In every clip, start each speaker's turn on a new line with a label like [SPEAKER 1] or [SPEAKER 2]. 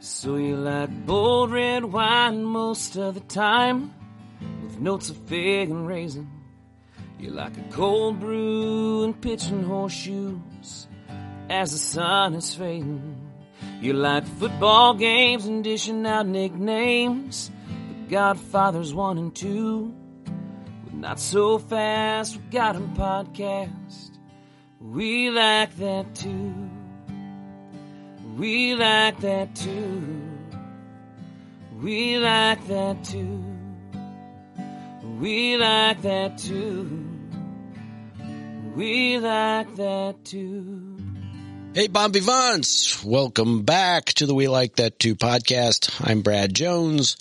[SPEAKER 1] So you like bold red wine most of the time, with notes of fig and raisin. You like a cold brew and pitching horseshoes as the sun is fading. You like football games and dishing out nicknames, the Godfathers one and two. But not so fast, we got 'em podcast. We like that too. We like that too. We like that too. We like that too. We like that too.
[SPEAKER 2] Hey, Bon Vivants! Welcome back to the We Like That Too podcast. I'm Brad Jones.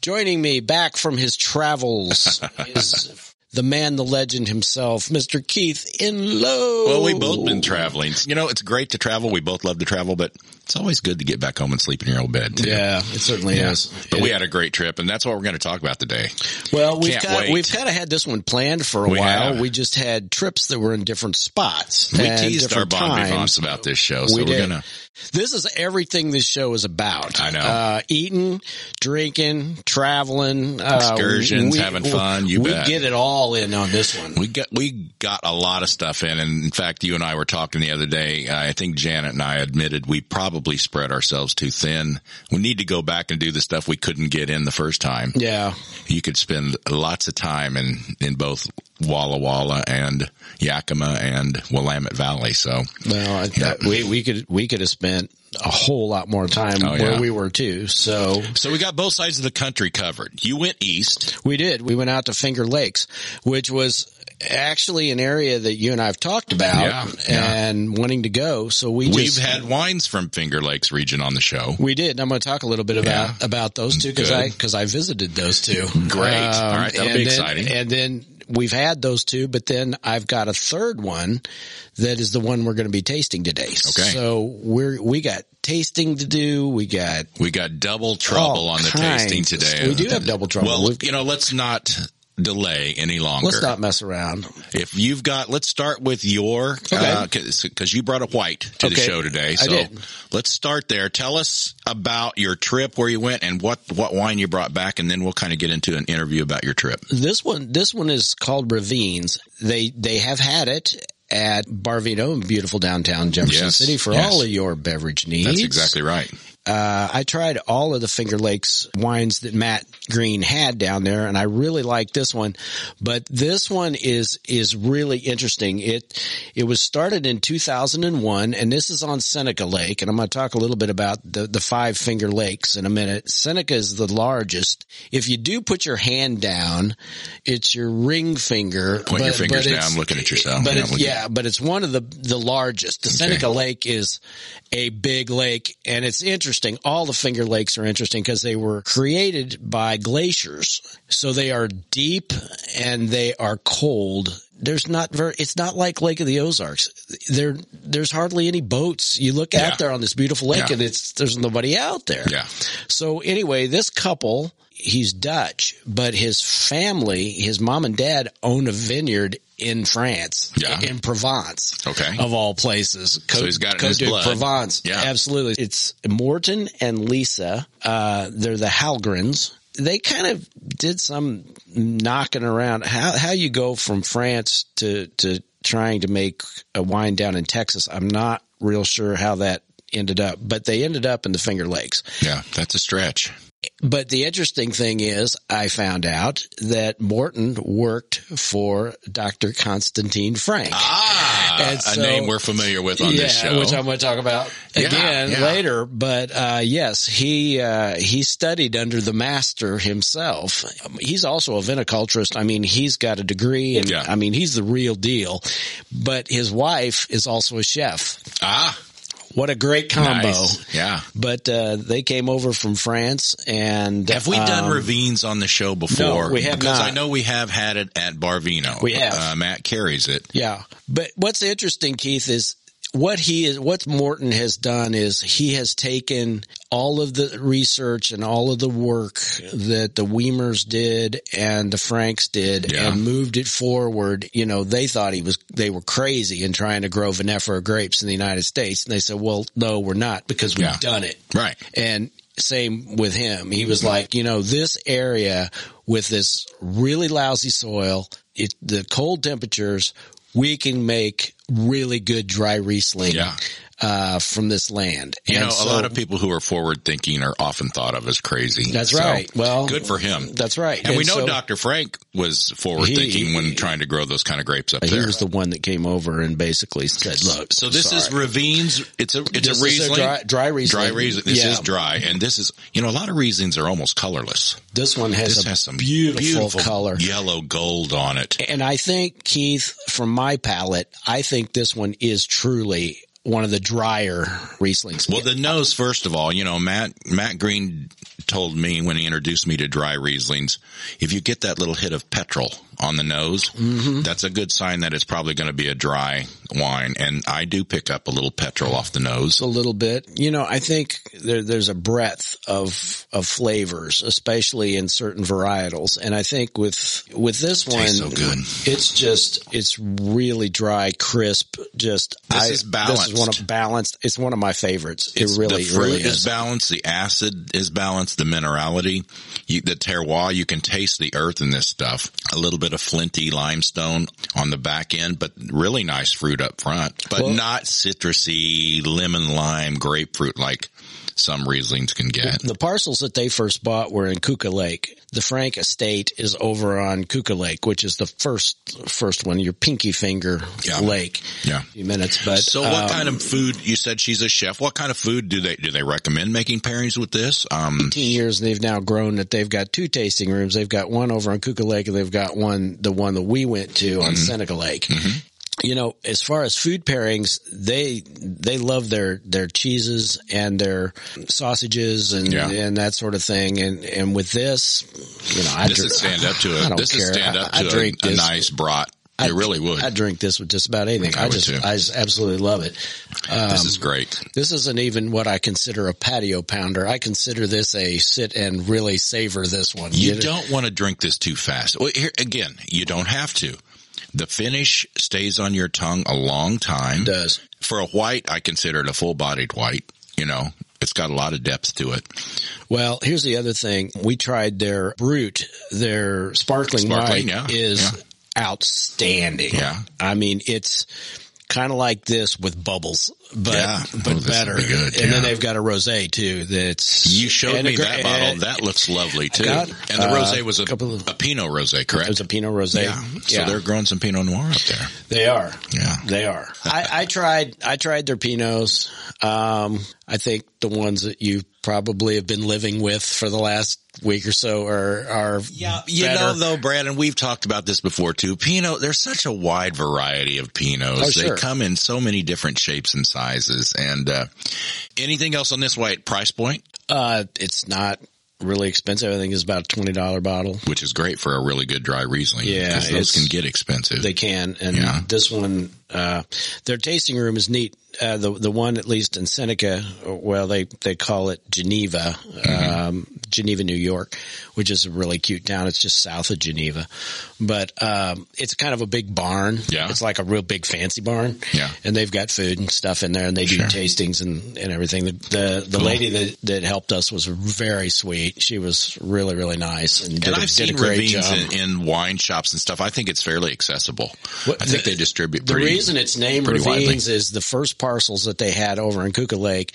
[SPEAKER 2] Joining me back from his travels is the man, the legend himself, Mr. Keith Inlow.
[SPEAKER 3] Well, we've both
[SPEAKER 2] Oh.
[SPEAKER 3] been traveling. You know, it's great to travel. We both love to travel, but it's always good to get back home and sleep in your old bed. Too.
[SPEAKER 2] Yeah, it certainly
[SPEAKER 3] Yeah.
[SPEAKER 2] is.
[SPEAKER 3] But we had a great trip, and that's what we're going to talk about today.
[SPEAKER 2] well, we've
[SPEAKER 3] can't
[SPEAKER 2] got,
[SPEAKER 3] wait.
[SPEAKER 2] we've kind of had this one planned for a
[SPEAKER 3] We
[SPEAKER 2] while.
[SPEAKER 3] have.
[SPEAKER 2] We just had trips that were in different spots.
[SPEAKER 3] We
[SPEAKER 2] and
[SPEAKER 3] teased our
[SPEAKER 2] different
[SPEAKER 3] bon
[SPEAKER 2] times.
[SPEAKER 3] vivants about this show, so
[SPEAKER 2] We
[SPEAKER 3] we are
[SPEAKER 2] did.
[SPEAKER 3] going to.
[SPEAKER 2] This is everything this show is about.
[SPEAKER 3] I know.
[SPEAKER 2] Uh, eating, drinking, traveling, uh,
[SPEAKER 3] Excursions, having fun, you
[SPEAKER 2] we
[SPEAKER 3] bet.
[SPEAKER 2] get it all in on this one.
[SPEAKER 3] We got we got a lot of stuff in, and in fact, you and I were talking the other day. I think Janet and I admitted we probably spread ourselves too thin. We need to go back and do the stuff we couldn't get in the first time.
[SPEAKER 2] yeah.
[SPEAKER 3] you could spend lots of time in, in both Walla Walla and Yakima and Willamette Valley. So
[SPEAKER 2] Well, I, that- we, we could, we could have spent a whole lot more time
[SPEAKER 3] Oh,
[SPEAKER 2] where
[SPEAKER 3] yeah.
[SPEAKER 2] we were too. So
[SPEAKER 3] so we got both sides of the country covered. You went east.
[SPEAKER 2] we did. We went out to Finger Lakes, which was actually an area that you and I have talked about
[SPEAKER 3] Yeah, yeah.
[SPEAKER 2] and wanting to go. So we
[SPEAKER 3] We've
[SPEAKER 2] just,
[SPEAKER 3] had wines from Finger Lakes region on the show.
[SPEAKER 2] We did. And I'm going to talk a little bit about
[SPEAKER 3] Yeah.
[SPEAKER 2] about those two because
[SPEAKER 3] Good.
[SPEAKER 2] I because I visited those two. Um,
[SPEAKER 3] Great. All right, that'll
[SPEAKER 2] and
[SPEAKER 3] be
[SPEAKER 2] then-
[SPEAKER 3] exciting.
[SPEAKER 2] And then we've had those two, but then I've got a third one that is the one we're going to be tasting today.
[SPEAKER 3] Okay.
[SPEAKER 2] So we're we got tasting to do. We got
[SPEAKER 3] We got double trouble
[SPEAKER 2] All
[SPEAKER 3] on the
[SPEAKER 2] kinds.
[SPEAKER 3] tasting today.
[SPEAKER 2] Oh, We do have double trouble.
[SPEAKER 3] Well,
[SPEAKER 2] We've-
[SPEAKER 3] you know, let's not delay any longer.
[SPEAKER 2] let's not mess around.
[SPEAKER 3] If you've got, let's start with your, because you brought a white to the
[SPEAKER 2] Okay.
[SPEAKER 3] show today. So
[SPEAKER 2] did.
[SPEAKER 3] let's start there. Tell us about your trip, where you went, and what what wine you brought back, and then we'll kind of get into an interview about your trip.
[SPEAKER 2] This one this one is called Ravines. They they have had it. At Barvino in beautiful downtown Jefferson
[SPEAKER 3] Yes,
[SPEAKER 2] City for
[SPEAKER 3] yes.
[SPEAKER 2] all of your beverage needs.
[SPEAKER 3] That's exactly right.
[SPEAKER 2] uh, I tried all of the Finger Lakes wines that Matt Green had down there, and I really liked this one. But this one is is really interesting. It it was started in 2001, and this is on Seneca Lake, and I'm going to talk a little bit about the the five Finger Lakes in a minute. Seneca is the largest. If you do put your hand down, it's your ring finger.
[SPEAKER 3] Point your fingers
[SPEAKER 2] it's-
[SPEAKER 3] down, looking at yourself.
[SPEAKER 2] But
[SPEAKER 3] Yeah,
[SPEAKER 2] it's,
[SPEAKER 3] we get-
[SPEAKER 2] yeah, but it's one of the the largest. The Seneca Lake is a big lake, and it's interesting. All the Finger Lakes are interesting because they were created by glaciers, so they are deep and they are cold. There's not very. It's not like Lake of the Ozarks. There, there's hardly any boats. You look
[SPEAKER 3] Yeah.
[SPEAKER 2] out there on this beautiful lake,
[SPEAKER 3] Yeah.
[SPEAKER 2] and it's there's nobody out there.
[SPEAKER 3] Yeah.
[SPEAKER 2] So anyway, this couple, he's Dutch, but his family, his mom and dad own a vineyard in France,
[SPEAKER 3] Yeah.
[SPEAKER 2] in Provence.
[SPEAKER 3] Okay.
[SPEAKER 2] Of all places.
[SPEAKER 3] So he's got it in
[SPEAKER 2] Côte
[SPEAKER 3] his
[SPEAKER 2] de
[SPEAKER 3] blood.
[SPEAKER 2] Provence.
[SPEAKER 3] Yeah.
[SPEAKER 2] Absolutely. It's Morton and Lisa. Uh, they're the Halgrins. They kind of did some knocking around. How, how you go from France to, to trying to make a wine down in Texas. I'm not real sure how that ended up, but they ended up in the Finger Lakes.
[SPEAKER 3] Yeah, that's a stretch.
[SPEAKER 2] But the interesting thing is, I found out that Morton worked for Dr. Constantine Frank.
[SPEAKER 3] Ah,
[SPEAKER 2] And so-
[SPEAKER 3] a name we're familiar with on
[SPEAKER 2] yeah,
[SPEAKER 3] this show.
[SPEAKER 2] which I'm going to talk about
[SPEAKER 3] Yeah,
[SPEAKER 2] again
[SPEAKER 3] yeah.
[SPEAKER 2] later. But uh, yes, he uh, he studied under the master himself. He's also a viticulturist. I mean, he's got a degree, and
[SPEAKER 3] Yeah.
[SPEAKER 2] I mean, he's the real deal. But his wife is also a chef.
[SPEAKER 3] ah,
[SPEAKER 2] What a great combo!
[SPEAKER 3] nice. Yeah.
[SPEAKER 2] But uh, they came over from France, and
[SPEAKER 3] Have we done
[SPEAKER 2] um,
[SPEAKER 3] ravines on the show before?
[SPEAKER 2] we have
[SPEAKER 3] because
[SPEAKER 2] not.
[SPEAKER 3] I know we have had it at Barvino.
[SPEAKER 2] We have.
[SPEAKER 3] Uh, Matt carries it.
[SPEAKER 2] Yeah. But what's interesting, Keith, is what he is, what Morton has done is he has taken all of the research and all of the work that the Weimers did and the Franks did
[SPEAKER 3] Yeah.
[SPEAKER 2] and moved it forward. You know, they thought he was, they were crazy in trying to grow vinifera grapes in the United States. And they said, well, no, we're not because we've
[SPEAKER 3] Yeah.
[SPEAKER 2] done it.
[SPEAKER 3] Right.
[SPEAKER 2] And same with him. He
[SPEAKER 3] Mm-hmm.
[SPEAKER 2] was like, you know, this area with this really lousy soil, it, the cold temperatures, we can make really good dry Riesling
[SPEAKER 3] Yeah.
[SPEAKER 2] uh, from this land.
[SPEAKER 3] You
[SPEAKER 2] And
[SPEAKER 3] know,
[SPEAKER 2] so-
[SPEAKER 3] a lot of people who are forward thinking are often thought of as crazy.
[SPEAKER 2] That's
[SPEAKER 3] So,
[SPEAKER 2] right. Well,
[SPEAKER 3] good for him.
[SPEAKER 2] That's right.
[SPEAKER 3] And, we know
[SPEAKER 2] so
[SPEAKER 3] Dr. Frank was forward thinking when trying to grow those kind of grapes up
[SPEAKER 2] He
[SPEAKER 3] there.
[SPEAKER 2] was the one that came over and basically said, look,
[SPEAKER 3] So this is
[SPEAKER 2] sorry.
[SPEAKER 3] ravines. It's a it's
[SPEAKER 2] This
[SPEAKER 3] a
[SPEAKER 2] is
[SPEAKER 3] Riesling.
[SPEAKER 2] dry, dry Riesling.
[SPEAKER 3] Dry Riesling. This
[SPEAKER 2] Yeah.
[SPEAKER 3] is dry, and this is you know a lot of Rieslings are almost colorless.
[SPEAKER 2] This one has
[SPEAKER 3] This
[SPEAKER 2] a
[SPEAKER 3] has some
[SPEAKER 2] beautiful, color.
[SPEAKER 3] yellow gold on it.
[SPEAKER 2] And I think Keith, from my palate, I think this one is truly one of the drier Rieslings.
[SPEAKER 3] Well, the nose, first of all, you know, Matt, Matt Green told me when he introduced me to dry Rieslings, if you get that little hit of petrol on the nose,
[SPEAKER 2] Mm-hmm.
[SPEAKER 3] that's a good sign that it's probably going to be a dry wine. And I do pick up a little petrol off the nose.
[SPEAKER 2] a little bit. You know, I think there, there's a breadth of of flavors, especially in certain varietals. And I think with with this one,
[SPEAKER 3] Tastes so good.
[SPEAKER 2] it's just it's really dry, crisp. Just
[SPEAKER 3] This
[SPEAKER 2] I,
[SPEAKER 3] is
[SPEAKER 2] This is one
[SPEAKER 3] balanced.
[SPEAKER 2] of balanced. It's one of my favorites.
[SPEAKER 3] It's-
[SPEAKER 2] it really,
[SPEAKER 3] the fruit
[SPEAKER 2] really
[SPEAKER 3] is.
[SPEAKER 2] is.
[SPEAKER 3] balanced. The acid is balanced. The minerality, you, the terroir, you can taste the earth in this stuff. A little bit of flinty limestone on the back end, but really nice fruit up front, but not citrusy lemon lime grapefruit like some Rieslings can get.
[SPEAKER 2] the parcels that they first bought were in Kuka Lake. The Frank estate is over on Kuka Lake, which is the first first one, your pinky finger
[SPEAKER 3] Yeah.
[SPEAKER 2] lake.
[SPEAKER 3] Yeah.
[SPEAKER 2] Few minutes, but
[SPEAKER 3] So what
[SPEAKER 2] um,
[SPEAKER 3] kind of food? You said she's a chef. What kind of food do they do? They recommend making pairings with this. Um,
[SPEAKER 2] 15 years and they've now grown that they've got two tasting rooms. They've got one over on Kuka Lake and they've got one, the one that we went to
[SPEAKER 3] Mm-hmm.
[SPEAKER 2] on Seneca Lake. You know, as far as food pairings, they, they love their, their cheeses and their sausages and,
[SPEAKER 3] Yeah.
[SPEAKER 2] and that sort of thing. And, and with this, you know, I
[SPEAKER 3] this
[SPEAKER 2] dr-
[SPEAKER 3] is stand up to
[SPEAKER 2] I
[SPEAKER 3] a.
[SPEAKER 2] don't
[SPEAKER 3] This is
[SPEAKER 2] care.
[SPEAKER 3] stand up
[SPEAKER 2] I, I
[SPEAKER 3] to
[SPEAKER 2] drink
[SPEAKER 3] a, a
[SPEAKER 2] this.
[SPEAKER 3] nice brat. It really would.
[SPEAKER 2] I drink this with just about anything.
[SPEAKER 3] I
[SPEAKER 2] I,
[SPEAKER 3] would
[SPEAKER 2] just,
[SPEAKER 3] too.
[SPEAKER 2] I just absolutely love it. um,
[SPEAKER 3] this is great.
[SPEAKER 2] This isn't even what I consider a patio pounder. I consider this a sit and really savor this one.
[SPEAKER 3] You
[SPEAKER 2] Get it-
[SPEAKER 3] don't want to drink this too fast. Well, here, again, you don't have to. The finish stays on your tongue a long time.
[SPEAKER 2] does.
[SPEAKER 3] For a white, I consider it a full bodied white. You know, it's got a lot of depth to it.
[SPEAKER 2] Well, here's the other thing. We tried their brute, their sparkling, wine
[SPEAKER 3] Sparkling, yeah,
[SPEAKER 2] is outstanding.
[SPEAKER 3] Yeah.
[SPEAKER 2] I mean, it's kind of like this with bubbles, but
[SPEAKER 3] Yeah.
[SPEAKER 2] but
[SPEAKER 3] Oh, this
[SPEAKER 2] better.
[SPEAKER 3] would be good,
[SPEAKER 2] and then
[SPEAKER 3] yeah.
[SPEAKER 2] they've got a rosé too that's
[SPEAKER 3] You showed
[SPEAKER 2] and a
[SPEAKER 3] me
[SPEAKER 2] gra-
[SPEAKER 3] that bottle.
[SPEAKER 2] and-
[SPEAKER 3] that looks lovely too.
[SPEAKER 2] got,
[SPEAKER 3] and the
[SPEAKER 2] uh,
[SPEAKER 3] rose was a,
[SPEAKER 2] couple of-
[SPEAKER 3] a Pinot rose,
[SPEAKER 2] it
[SPEAKER 3] correct?
[SPEAKER 2] was a Pinot Rosé.
[SPEAKER 3] yeah. So they're growing some Pinot Noir up there.
[SPEAKER 2] They are.
[SPEAKER 3] Yeah.
[SPEAKER 2] They are. I, I tried, I tried their Pinots. Um, I think the ones that you probably have been living with for the last week or so are, are
[SPEAKER 3] You
[SPEAKER 2] better.
[SPEAKER 3] know, though, Brad, and we've talked about this before too. Pinot, there's such a wide variety of Pinots.
[SPEAKER 2] Oh,
[SPEAKER 3] they
[SPEAKER 2] sure.
[SPEAKER 3] come in so many different shapes and sizes. And uh, anything else on this white price point,
[SPEAKER 2] Uh, it's not really expensive. I think it's about a twenty dollar bottle.
[SPEAKER 3] which is great for a really good dry Riesling.
[SPEAKER 2] Yeah,
[SPEAKER 3] 'cause those
[SPEAKER 2] it's-
[SPEAKER 3] can get expensive.
[SPEAKER 2] They can, and
[SPEAKER 3] Yeah.
[SPEAKER 2] this one, uh, their tasting room is neat. Uh, the the one at least in Seneca, or- well, they they call it Geneva,
[SPEAKER 3] Mm-hmm.
[SPEAKER 2] um, Geneva, New York, which is a really cute town. It's just south of Geneva, but um, it's kind of a big barn.
[SPEAKER 3] Yeah.
[SPEAKER 2] it's like a real big fancy barn.
[SPEAKER 3] Yeah.
[SPEAKER 2] and they've got food and stuff in there, and they do tastings and, and everything. The the, the lady that, that helped us was very sweet. She was really really nice and did,
[SPEAKER 3] and
[SPEAKER 2] a,
[SPEAKER 3] I've
[SPEAKER 2] did a
[SPEAKER 3] seen
[SPEAKER 2] great
[SPEAKER 3] ravines
[SPEAKER 2] job.
[SPEAKER 3] in, in wine shops and stuff. I think it's fairly accessible.
[SPEAKER 2] What-
[SPEAKER 3] I think
[SPEAKER 2] the-
[SPEAKER 3] they distribute
[SPEAKER 2] The
[SPEAKER 3] pretty.
[SPEAKER 2] reason it's named
[SPEAKER 3] pretty
[SPEAKER 2] Ravines
[SPEAKER 3] widely.
[SPEAKER 2] is the first parcels that they had over in Kuka Lake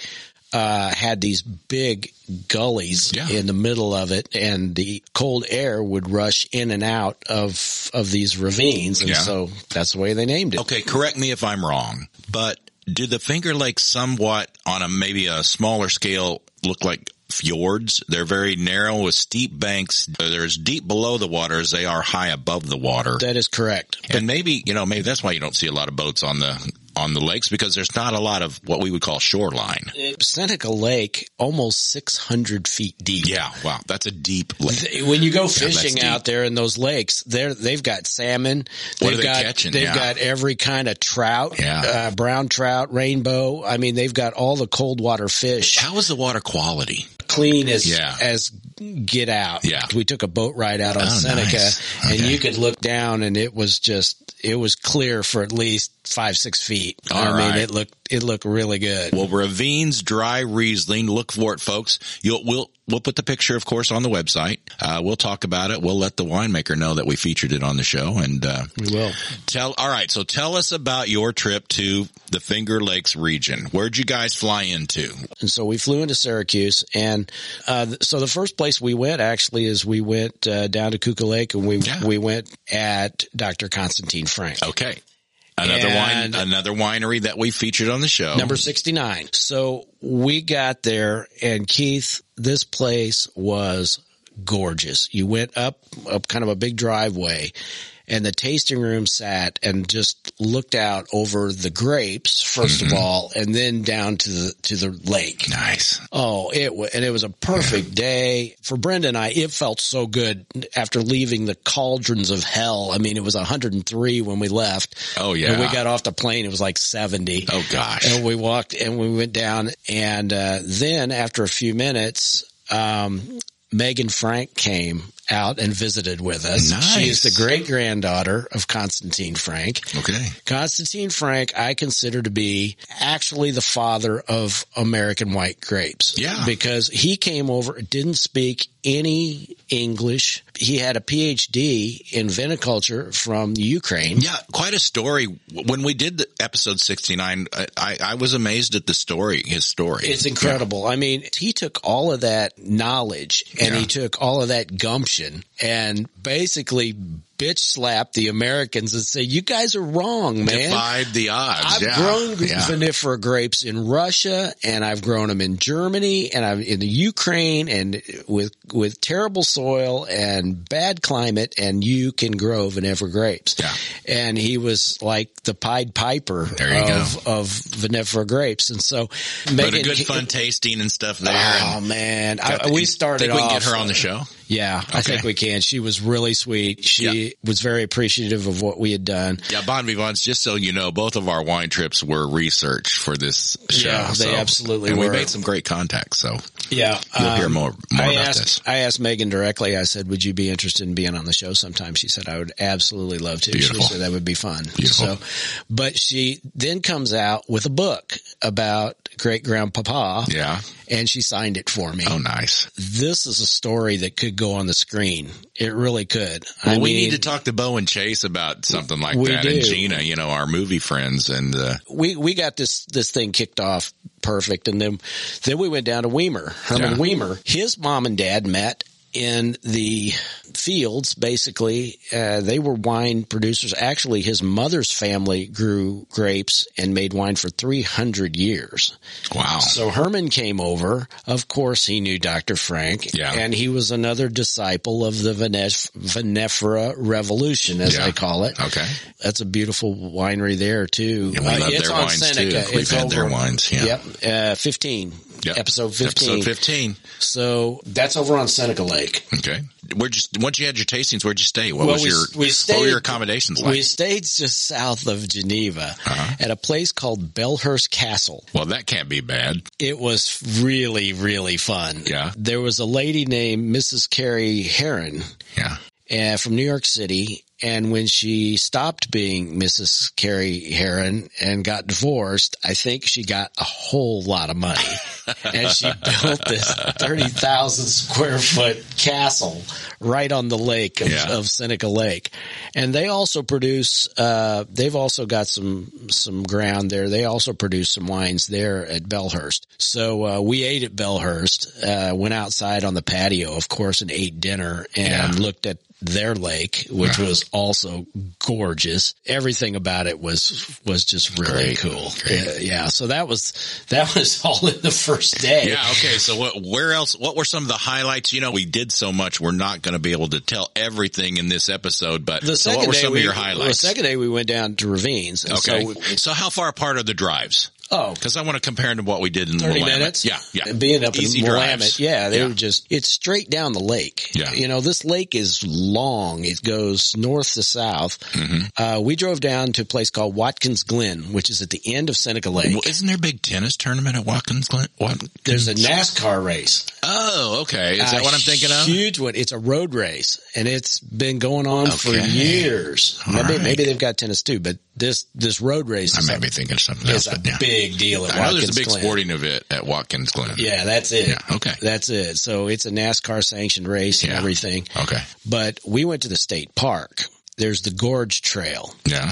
[SPEAKER 2] uh, had these big gullies
[SPEAKER 3] Yeah.
[SPEAKER 2] in the middle of it, and the cold air would rush in and out of of these ravines, and
[SPEAKER 3] Yeah.
[SPEAKER 2] so that's the way they named it.
[SPEAKER 3] Okay, correct me if I'm wrong, but do the Finger Lakes somewhat on a maybe a smaller scale look like fjords? They're very narrow with steep banks. They're as deep below the water as they are high above the water.
[SPEAKER 2] That is correct.
[SPEAKER 3] and maybe, you know, maybe that's why you don't see a lot of boats on the on the lakes because there's not a lot of what we would call shoreline.
[SPEAKER 2] Seneca Lake, almost 600 feet deep.
[SPEAKER 3] Yeah, wow, that's a deep lake.
[SPEAKER 2] Th- When you go
[SPEAKER 3] Yeah, that's
[SPEAKER 2] fishing
[SPEAKER 3] deep.
[SPEAKER 2] out there in those lakes, they're, they've got salmon.
[SPEAKER 3] What are
[SPEAKER 2] they've
[SPEAKER 3] they
[SPEAKER 2] got,
[SPEAKER 3] catching?
[SPEAKER 2] They've
[SPEAKER 3] Yeah.
[SPEAKER 2] got every kind of trout,
[SPEAKER 3] Yeah.
[SPEAKER 2] uh, brown trout, rainbow. I mean, they've got all the cold water fish.
[SPEAKER 3] How is the water quality?
[SPEAKER 2] clean as
[SPEAKER 3] Yeah.
[SPEAKER 2] as get out.
[SPEAKER 3] Yeah.
[SPEAKER 2] We took a boat ride out on
[SPEAKER 3] Oh,
[SPEAKER 2] Seneca
[SPEAKER 3] nice.
[SPEAKER 2] and
[SPEAKER 3] Okay.
[SPEAKER 2] you could look down and it was just it was clear for at least five, six feet.
[SPEAKER 3] All
[SPEAKER 2] I
[SPEAKER 3] right.
[SPEAKER 2] mean it looked it looked really good.
[SPEAKER 3] Well, Ravines Dry Riesling. Look for it, folks. You'll, we'll we'll put the picture, of course, on the website. Uh, we'll talk about it. We'll let the winemaker know that we featured it on the show. And uh,
[SPEAKER 2] we will.
[SPEAKER 3] tell, all right. So tell us about your trip to the Finger Lakes region. Where'd you guys fly into?
[SPEAKER 2] And so we flew into Syracuse, and uh, th- so the first place we went actually is we went uh, down to Kuka Lake, and we
[SPEAKER 3] Yeah.
[SPEAKER 2] we went at Dr. Constantine Frank.
[SPEAKER 3] Okay, another
[SPEAKER 2] And-
[SPEAKER 3] wine, another winery that we featured on the show.
[SPEAKER 2] Number 69. So we got there and Keith, this place was gorgeous. You went up, up kind of a big driveway and the tasting room sat and just looked out over the grapes, 1st
[SPEAKER 3] Mm-hmm.
[SPEAKER 2] of all, and then down to the, to the lake.
[SPEAKER 3] nice.
[SPEAKER 2] Oh, it was, and it was a perfect day for Brenda and I. It felt so good after leaving the cauldrons of hell. I mean, it was 103 when we left.
[SPEAKER 3] Oh, yeah.
[SPEAKER 2] When we got off the plane, it was like 70.
[SPEAKER 3] Oh gosh.
[SPEAKER 2] And we walked and we went down. And uh, then after a few minutes, um, Megan Frank came out and visited with us.
[SPEAKER 3] Nice.
[SPEAKER 2] She is the great granddaughter of Constantine Frank.
[SPEAKER 3] Okay.
[SPEAKER 2] Constantine Frank, I consider to be actually the father of American white grapes.
[SPEAKER 3] Yeah.
[SPEAKER 2] Because he came over, didn't speak any English. He had a PhD in viniculture from Ukraine.
[SPEAKER 3] Yeah, quite a story. When we did the episode 69, I, I, I was amazed at the story, his story.
[SPEAKER 2] It's incredible. I mean, he took all of that knowledge and he
[SPEAKER 3] Yeah.
[SPEAKER 2] took all of that gumption and basically bitch slapped the Americans and said, you guys are wrong, man.
[SPEAKER 3] Defied the odds.
[SPEAKER 2] I've
[SPEAKER 3] yeah.
[SPEAKER 2] grown
[SPEAKER 3] Yeah.
[SPEAKER 2] vinifera grapes in Russia and I've grown them in Germany and I'm in the Ukraine and with, with terrible soil and bad climate and you can grow vinifera grapes.
[SPEAKER 3] Yeah.
[SPEAKER 2] And he was like the Pied Piper
[SPEAKER 3] There you go.
[SPEAKER 2] of, of vinifera grapes. And so,
[SPEAKER 3] But a
[SPEAKER 2] Megan-
[SPEAKER 3] good fun tasting and stuff there.
[SPEAKER 2] Oh
[SPEAKER 3] and
[SPEAKER 2] man,
[SPEAKER 3] got
[SPEAKER 2] I,
[SPEAKER 3] the-
[SPEAKER 2] we started.
[SPEAKER 3] Think Uh, we can
[SPEAKER 2] off-
[SPEAKER 3] get her on the show.
[SPEAKER 2] Yeah, I
[SPEAKER 3] Okay.
[SPEAKER 2] think we can. She was really sweet. She
[SPEAKER 3] Yeah.
[SPEAKER 2] was very appreciative of what we had done.
[SPEAKER 3] Yeah, Bon Vivants, just so you know, both of our wine trips were research for this show.
[SPEAKER 2] Yeah, they
[SPEAKER 3] so-
[SPEAKER 2] absolutely
[SPEAKER 3] and
[SPEAKER 2] were.
[SPEAKER 3] we made some great contacts, so
[SPEAKER 2] Yeah,
[SPEAKER 3] you'll hear more, more
[SPEAKER 2] I
[SPEAKER 3] about
[SPEAKER 2] asked,
[SPEAKER 3] this.
[SPEAKER 2] I asked Megan directly. I said, "Would you be interested in being on the show sometime?" She said, "I would absolutely love to."
[SPEAKER 3] Beautiful.
[SPEAKER 2] She said, "That would be fun."
[SPEAKER 3] Beautiful.
[SPEAKER 2] So, but she then comes out with a book about great grandpapa,
[SPEAKER 3] Yeah.
[SPEAKER 2] and she signed it for me.
[SPEAKER 3] Oh, nice.
[SPEAKER 2] This is a story that could go on the screen. It really could. I
[SPEAKER 3] Well, we
[SPEAKER 2] mean,
[SPEAKER 3] need to talk to Bo and Chase about something like
[SPEAKER 2] We
[SPEAKER 3] that,
[SPEAKER 2] do.
[SPEAKER 3] and Gina, you know, our movie friends, and uh,
[SPEAKER 2] we we got this this thing kicked off perfect, and then then we went down to Weimer, Herman
[SPEAKER 3] Yeah.
[SPEAKER 2] Weimer. His mom and dad met in the fields. Basically, uh, they were wine producers. Actually, his mother's family grew grapes and made wine for three hundred years.
[SPEAKER 3] wow,
[SPEAKER 2] So Herman came over. Of course, he knew Dr. Frank.
[SPEAKER 3] Yeah.
[SPEAKER 2] And he was another disciple of the Vinef- Vinefera Revolution, as
[SPEAKER 3] Yeah.
[SPEAKER 2] I call it.
[SPEAKER 3] okay.
[SPEAKER 2] That's a beautiful winery there too. Uh,
[SPEAKER 3] And we love
[SPEAKER 2] it's
[SPEAKER 3] their
[SPEAKER 2] on
[SPEAKER 3] wines,
[SPEAKER 2] Seneca.
[SPEAKER 3] too. We've
[SPEAKER 2] It's
[SPEAKER 3] had their
[SPEAKER 2] over-
[SPEAKER 3] wines, yeah.
[SPEAKER 2] Yep. Uh, 15.
[SPEAKER 3] Yep.
[SPEAKER 2] Episode 15.
[SPEAKER 3] Episode 15.
[SPEAKER 2] So that's over on Seneca Lake.
[SPEAKER 3] Okay. Where'd you, once you had your tastings, where'd you stay? What
[SPEAKER 2] Well,
[SPEAKER 3] was
[SPEAKER 2] we-
[SPEAKER 3] your,
[SPEAKER 2] we
[SPEAKER 3] what were
[SPEAKER 2] stayed-
[SPEAKER 3] your accommodations like?
[SPEAKER 2] We stayed just south of Geneva
[SPEAKER 3] Uh-huh.
[SPEAKER 2] at a place called Bellhurst Castle.
[SPEAKER 3] well, that can't be bad.
[SPEAKER 2] It was really, really fun.
[SPEAKER 3] Yeah.
[SPEAKER 2] There was a lady named Mrs. Carrie Heron
[SPEAKER 3] Yeah.
[SPEAKER 2] uh, from New York City. And when she stopped being Mrs. Carrie Heron and got divorced, I think she got a whole lot of money. and she built this 30,000 square foot castle right on the lake of,
[SPEAKER 3] Yeah.
[SPEAKER 2] of Seneca Lake. And they also produce, uh, they've also got some, some ground there. They also produce some wines there at Bellhurst. So, uh, we ate at Bellhurst, uh, went outside on the patio, of course, and ate dinner and
[SPEAKER 3] Yeah.
[SPEAKER 2] looked at their lake, which was also gorgeous. Everything about it was was just really
[SPEAKER 3] Great.
[SPEAKER 2] cool.
[SPEAKER 3] Great.
[SPEAKER 2] Yeah, yeah. So that was that was all in the first day.
[SPEAKER 3] Yeah. Okay. So what, where else, what were some of the highlights? You know, we did so much. We're not going to be able to tell everything in this episode, but
[SPEAKER 2] The
[SPEAKER 3] so
[SPEAKER 2] second
[SPEAKER 3] what were
[SPEAKER 2] day
[SPEAKER 3] some
[SPEAKER 2] we,
[SPEAKER 3] of your
[SPEAKER 2] The
[SPEAKER 3] highlights?
[SPEAKER 2] second day we went down to ravines. And
[SPEAKER 3] okay.
[SPEAKER 2] So we,
[SPEAKER 3] so how far apart are the drives?
[SPEAKER 2] oh,
[SPEAKER 3] Cause I want to compare them to what we did in
[SPEAKER 2] 30
[SPEAKER 3] Willamette.
[SPEAKER 2] minutes.
[SPEAKER 3] Yeah. Yeah.
[SPEAKER 2] And being up
[SPEAKER 3] Easy
[SPEAKER 2] in Willamette.
[SPEAKER 3] drives.
[SPEAKER 2] Yeah. They
[SPEAKER 3] Yeah.
[SPEAKER 2] were just, it's straight down the lake.
[SPEAKER 3] Yeah.
[SPEAKER 2] You know, this lake is long. It goes north to south.
[SPEAKER 3] Mm-hmm.
[SPEAKER 2] Uh, we drove down to a place called Watkins Glen, which is at the end of Seneca Lake.
[SPEAKER 3] Well, isn't there a big tennis tournament at Watkins Glen? Wat-
[SPEAKER 2] There's a NASCAR race.
[SPEAKER 3] Oh, okay. Is
[SPEAKER 2] A
[SPEAKER 3] that what I'm thinking of?
[SPEAKER 2] Huge one. It's a road race and it's been going on for
[SPEAKER 3] Okay.
[SPEAKER 2] years. Maybe,
[SPEAKER 3] right.
[SPEAKER 2] maybe they've got tennis too, but this, this road race
[SPEAKER 3] I
[SPEAKER 2] is,
[SPEAKER 3] might
[SPEAKER 2] a,
[SPEAKER 3] be thinking of something
[SPEAKER 2] is
[SPEAKER 3] else.
[SPEAKER 2] a
[SPEAKER 3] But yeah.
[SPEAKER 2] big deal at
[SPEAKER 3] I know there's a
[SPEAKER 2] Watkins
[SPEAKER 3] big
[SPEAKER 2] Glen.
[SPEAKER 3] sporting event at Watkins Glen.
[SPEAKER 2] Yeah, that's it.
[SPEAKER 3] Yeah, okay.
[SPEAKER 2] That's it. So it's a NASCAR sanctioned race and
[SPEAKER 3] Yeah.
[SPEAKER 2] everything.
[SPEAKER 3] Okay.
[SPEAKER 2] But we went to the state park. There's the Gorge Trail
[SPEAKER 3] Yeah.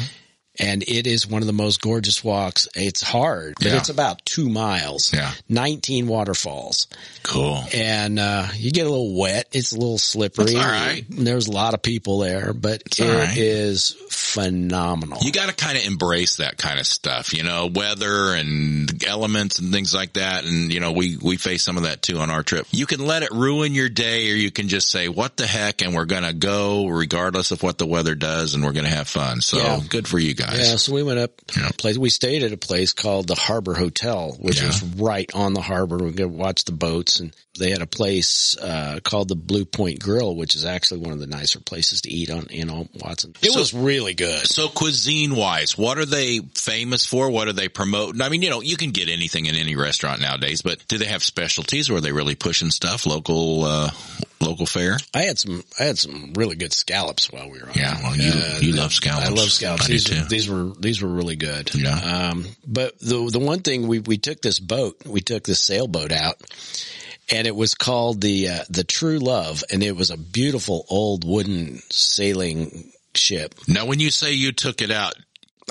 [SPEAKER 2] and it is one of the most gorgeous walks. It's hard, but
[SPEAKER 3] Yeah.
[SPEAKER 2] it's about two miles.
[SPEAKER 3] Yeah.
[SPEAKER 2] 19 waterfalls
[SPEAKER 3] Cool.
[SPEAKER 2] and, uh, you get a little wet. It's a little slippery.
[SPEAKER 3] That's all right.
[SPEAKER 2] There's a lot of people there, but it is
[SPEAKER 3] all right.
[SPEAKER 2] phenomenal.
[SPEAKER 3] You got to kind of embrace that kind of stuff, you know, weather and elements and things like that. And, you know, we, we face some of that too on our trip. You can let it ruin your day or you can just say, what the heck? And we're going to go regardless of what the weather does and we're going to have fun. So
[SPEAKER 2] Yeah.
[SPEAKER 3] good for you guys.
[SPEAKER 2] Yeah, Uh, so we went up
[SPEAKER 3] Yeah.
[SPEAKER 2] a place. We stayed at a place called the Harbor Hotel, which
[SPEAKER 3] Yeah.
[SPEAKER 2] was right on the harbor. We could watch the boats, and they had a place uh, called the Blue Point Grill, which is actually one of the nicer places to eat on in all Watson. It
[SPEAKER 3] So-
[SPEAKER 2] was really good.
[SPEAKER 3] So cuisine wise, what are they famous for? What are they promoting? I mean, you know, you can get anything in any restaurant nowadays, but do they have specialties or are they really pushing stuff local, uh, local fare?
[SPEAKER 2] I had some I had some really good scallops while we were on.
[SPEAKER 3] Yeah, well, you- you love scallops.
[SPEAKER 2] I love scallops.
[SPEAKER 3] I do
[SPEAKER 2] these, were-
[SPEAKER 3] too.
[SPEAKER 2] these were these were really good.
[SPEAKER 3] Yeah.
[SPEAKER 2] Um, but the the one thing we we took this boat, we took this sailboat out, and it was called the uh, the True Love, and it was a beautiful old wooden sailing ship.
[SPEAKER 3] Now, when you say you took it out,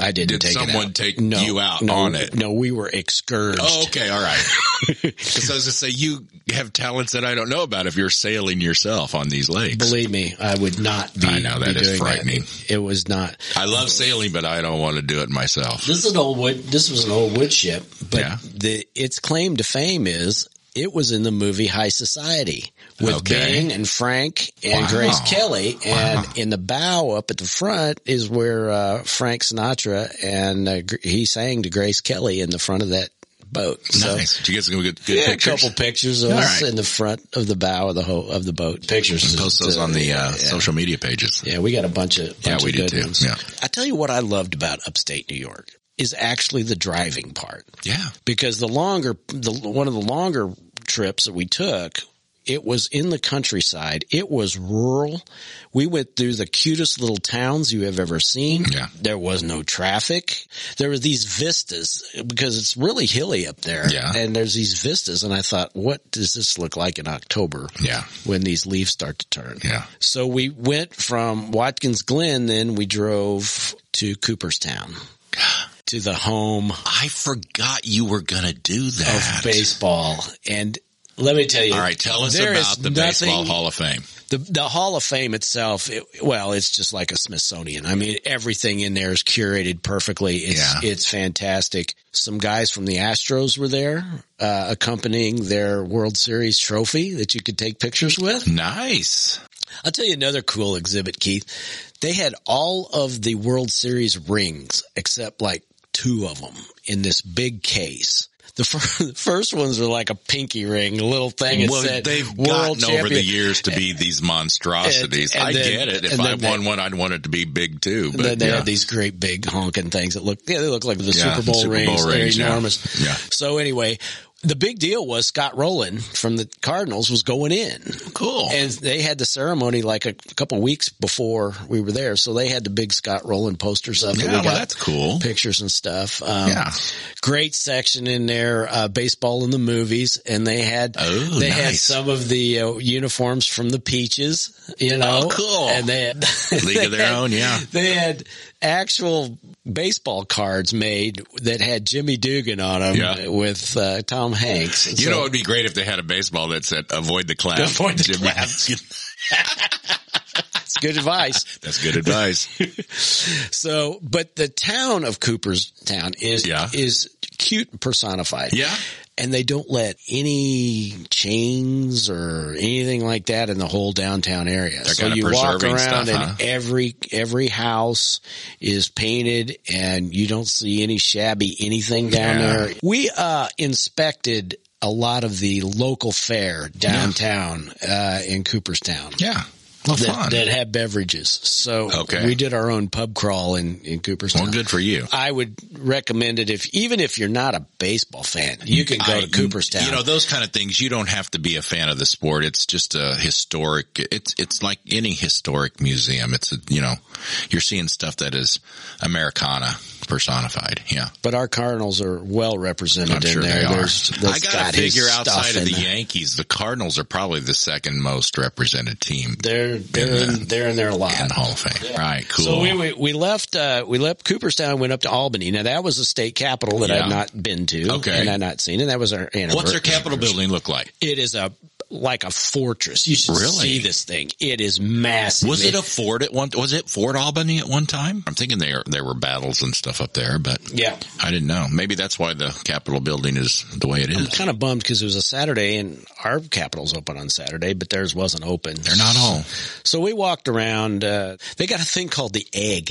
[SPEAKER 2] I didn't
[SPEAKER 3] Did
[SPEAKER 2] take it
[SPEAKER 3] someone
[SPEAKER 2] out.
[SPEAKER 3] take
[SPEAKER 2] no,
[SPEAKER 3] you out
[SPEAKER 2] no,
[SPEAKER 3] on it?
[SPEAKER 2] No, we were excurged.
[SPEAKER 3] Oh, okay, all right. Because I was going to say you have talents that I don't know about if you're sailing yourself on these lakes.
[SPEAKER 2] Believe me, I would not be.
[SPEAKER 3] I know, that
[SPEAKER 2] be
[SPEAKER 3] is
[SPEAKER 2] doing
[SPEAKER 3] frightening.
[SPEAKER 2] It was not.
[SPEAKER 3] I love sailing, but I don't want to do it myself.
[SPEAKER 2] This is an old wood. This was an old wood ship, but
[SPEAKER 3] Yeah.
[SPEAKER 2] the its claim to fame is it was in the movie High Society with
[SPEAKER 3] Okay.
[SPEAKER 2] Bing and Frank and
[SPEAKER 3] Wow.
[SPEAKER 2] Grace Kelly, and in the bow up at the front is where uh, Frank Sinatra and uh, Gr- he sang to Grace Kelly in the front of that boat. So
[SPEAKER 3] nice. Did you guys get good, good
[SPEAKER 2] yeah, a
[SPEAKER 3] pictures?
[SPEAKER 2] couple pictures of
[SPEAKER 3] All
[SPEAKER 2] us
[SPEAKER 3] right.
[SPEAKER 2] in the front of the bow of the ho- of the boat. Pictures.
[SPEAKER 3] Post those
[SPEAKER 2] to-
[SPEAKER 3] on the
[SPEAKER 2] yeah.
[SPEAKER 3] uh, social media pages.
[SPEAKER 2] Yeah, we got a bunch of bunch
[SPEAKER 3] Yeah, we
[SPEAKER 2] of
[SPEAKER 3] do
[SPEAKER 2] good
[SPEAKER 3] too.
[SPEAKER 2] ones.
[SPEAKER 3] Yeah.
[SPEAKER 2] I tell you what I loved about upstate New York is actually the driving part
[SPEAKER 3] Yeah.
[SPEAKER 2] because the longer the one of the longer trips that we took it was in the countryside it was rural we went through the cutest little towns you have ever seen
[SPEAKER 3] Yeah.
[SPEAKER 2] there was no traffic there were these vistas because it's really hilly up there
[SPEAKER 3] Yeah.
[SPEAKER 2] and there's these vistas and i thought what does this look like in october
[SPEAKER 3] Yeah.
[SPEAKER 2] when these leaves start to turn
[SPEAKER 3] Yeah.
[SPEAKER 2] so we went from watkins glen then we drove to cooperstown to the home
[SPEAKER 3] I forgot you were going to do that.
[SPEAKER 2] of baseball. And let me tell you,
[SPEAKER 3] All right, tell us
[SPEAKER 2] there is
[SPEAKER 3] about the Baseball
[SPEAKER 2] nothing-
[SPEAKER 3] Hall of Fame.
[SPEAKER 2] The, the Hall of Fame itself, it, well, it's just like a Smithsonian. I mean, everything in there is curated perfectly. It's
[SPEAKER 3] Yeah.
[SPEAKER 2] it's fantastic. Some guys from the Astros were there, uh, accompanying their World Series trophy that you could take pictures with.
[SPEAKER 3] Nice.
[SPEAKER 2] I'll tell you another cool exhibit, Keith. They had all of the World Series rings except like two of them in this big case. The fir- the first ones were like a pinky ring, a little thing. It
[SPEAKER 3] well,
[SPEAKER 2] said
[SPEAKER 3] they've
[SPEAKER 2] world
[SPEAKER 3] gotten over the
[SPEAKER 2] champion."
[SPEAKER 3] years to be these monstrosities.
[SPEAKER 2] And- and
[SPEAKER 3] I
[SPEAKER 2] then-
[SPEAKER 3] get it. If
[SPEAKER 2] and
[SPEAKER 3] I
[SPEAKER 2] then they-
[SPEAKER 3] won one, I'd want it to be big too. But
[SPEAKER 2] And then they
[SPEAKER 3] yeah.
[SPEAKER 2] had these great big honking things that look, yeah, they look like the
[SPEAKER 3] Yeah,
[SPEAKER 2] Super Bowl
[SPEAKER 3] Super Bowl
[SPEAKER 2] rings.
[SPEAKER 3] rings,
[SPEAKER 2] They're
[SPEAKER 3] yeah.
[SPEAKER 2] enormous.
[SPEAKER 3] Yeah.
[SPEAKER 2] So anyway, the big deal was Scott Rowland from the Cardinals was going in.
[SPEAKER 3] cool.
[SPEAKER 2] And they had the ceremony like a couple weeks before we were there, so they had the big Scott Rowland posters up. and
[SPEAKER 3] yeah,
[SPEAKER 2] we
[SPEAKER 3] well,
[SPEAKER 2] got
[SPEAKER 3] that's cool.
[SPEAKER 2] Pictures and stuff. Um,
[SPEAKER 3] Yeah.
[SPEAKER 2] great section in there. Uh, baseball in the movies, and they had
[SPEAKER 3] Oh,
[SPEAKER 2] they had
[SPEAKER 3] nice.
[SPEAKER 2] some of the uh, uniforms from the Peaches. You know,
[SPEAKER 3] Oh, cool.
[SPEAKER 2] And they had
[SPEAKER 3] League of
[SPEAKER 2] they
[SPEAKER 3] Their
[SPEAKER 2] had-
[SPEAKER 3] Own, yeah.
[SPEAKER 2] They had actual baseball cards made that had Jimmy Dugan on them
[SPEAKER 3] Yeah.
[SPEAKER 2] with uh, Tom Hanks.
[SPEAKER 3] You know, it would be great if they had a baseball that said "Avoid the clap."
[SPEAKER 2] Avoid the
[SPEAKER 3] Jimmy.
[SPEAKER 2] clap. it's good advice.
[SPEAKER 3] That's good advice.
[SPEAKER 2] So, but the town of Cooperstown is
[SPEAKER 3] Yeah.
[SPEAKER 2] is cute personified.
[SPEAKER 3] Yeah.
[SPEAKER 2] And they don't let any chains or anything like that in the whole downtown area. so
[SPEAKER 3] kinda
[SPEAKER 2] you walk
[SPEAKER 3] preserving
[SPEAKER 2] around
[SPEAKER 3] stuff,
[SPEAKER 2] and
[SPEAKER 3] huh?
[SPEAKER 2] every every house is painted and you don't see any shabby anything down
[SPEAKER 3] Yeah.
[SPEAKER 2] there. We uh inspected a lot of the local fair downtown uh in Cooperstown
[SPEAKER 3] Yeah. Well,
[SPEAKER 2] that,
[SPEAKER 3] fun.
[SPEAKER 2] that have beverages. So
[SPEAKER 3] Okay.
[SPEAKER 2] we did our own pub crawl in, in Cooperstown.
[SPEAKER 3] well, good for you.
[SPEAKER 2] I would recommend it if, even if you're not a baseball fan, you can go
[SPEAKER 3] I-
[SPEAKER 2] to Cooperstown.
[SPEAKER 3] You know, those kind of things, you don't have to be a fan of the sport. It's just a historic, it's, it's like any historic museum. It's, a, you know, you're seeing stuff that is Americana personified. Yeah.
[SPEAKER 2] but our Cardinals are well represented
[SPEAKER 3] I'm
[SPEAKER 2] in
[SPEAKER 3] sure
[SPEAKER 2] there.
[SPEAKER 3] they are.
[SPEAKER 2] There's,
[SPEAKER 3] I
[SPEAKER 2] there's
[SPEAKER 3] got
[SPEAKER 2] gotta
[SPEAKER 3] to
[SPEAKER 2] be
[SPEAKER 3] figure
[SPEAKER 2] stuff
[SPEAKER 3] outside of
[SPEAKER 2] in
[SPEAKER 3] the
[SPEAKER 2] there.
[SPEAKER 3] Yankees, the Cardinals are probably the second most represented team
[SPEAKER 2] They're, they're, in, they're in there a lot.
[SPEAKER 3] in the Hall of Fame. Right. Cool.
[SPEAKER 2] So we, we, we left, uh, we left Cooperstown, went up to Albany. Now that was the state capital that
[SPEAKER 3] Yeah.
[SPEAKER 2] I've not been to.
[SPEAKER 3] Okay.
[SPEAKER 2] And I'd not seen. And that was our anniversary.
[SPEAKER 3] What's their Capitol building look like?
[SPEAKER 2] It is a, like a fortress. You should
[SPEAKER 3] Really?
[SPEAKER 2] see this thing. It is massive.
[SPEAKER 3] Was it a fort at one? Was it Fort Albany at one time? I'm thinking there there were battles and stuff up there, but
[SPEAKER 2] Yeah.
[SPEAKER 3] I didn't know. Maybe that's why the Capitol building is the way it
[SPEAKER 2] I'm
[SPEAKER 3] is.
[SPEAKER 2] kind of bummed because it was a Saturday and our Capitol's open on Saturday, but theirs wasn't open.
[SPEAKER 3] They're not all.
[SPEAKER 2] So we walked around. Uh, they got a thing called the Egg.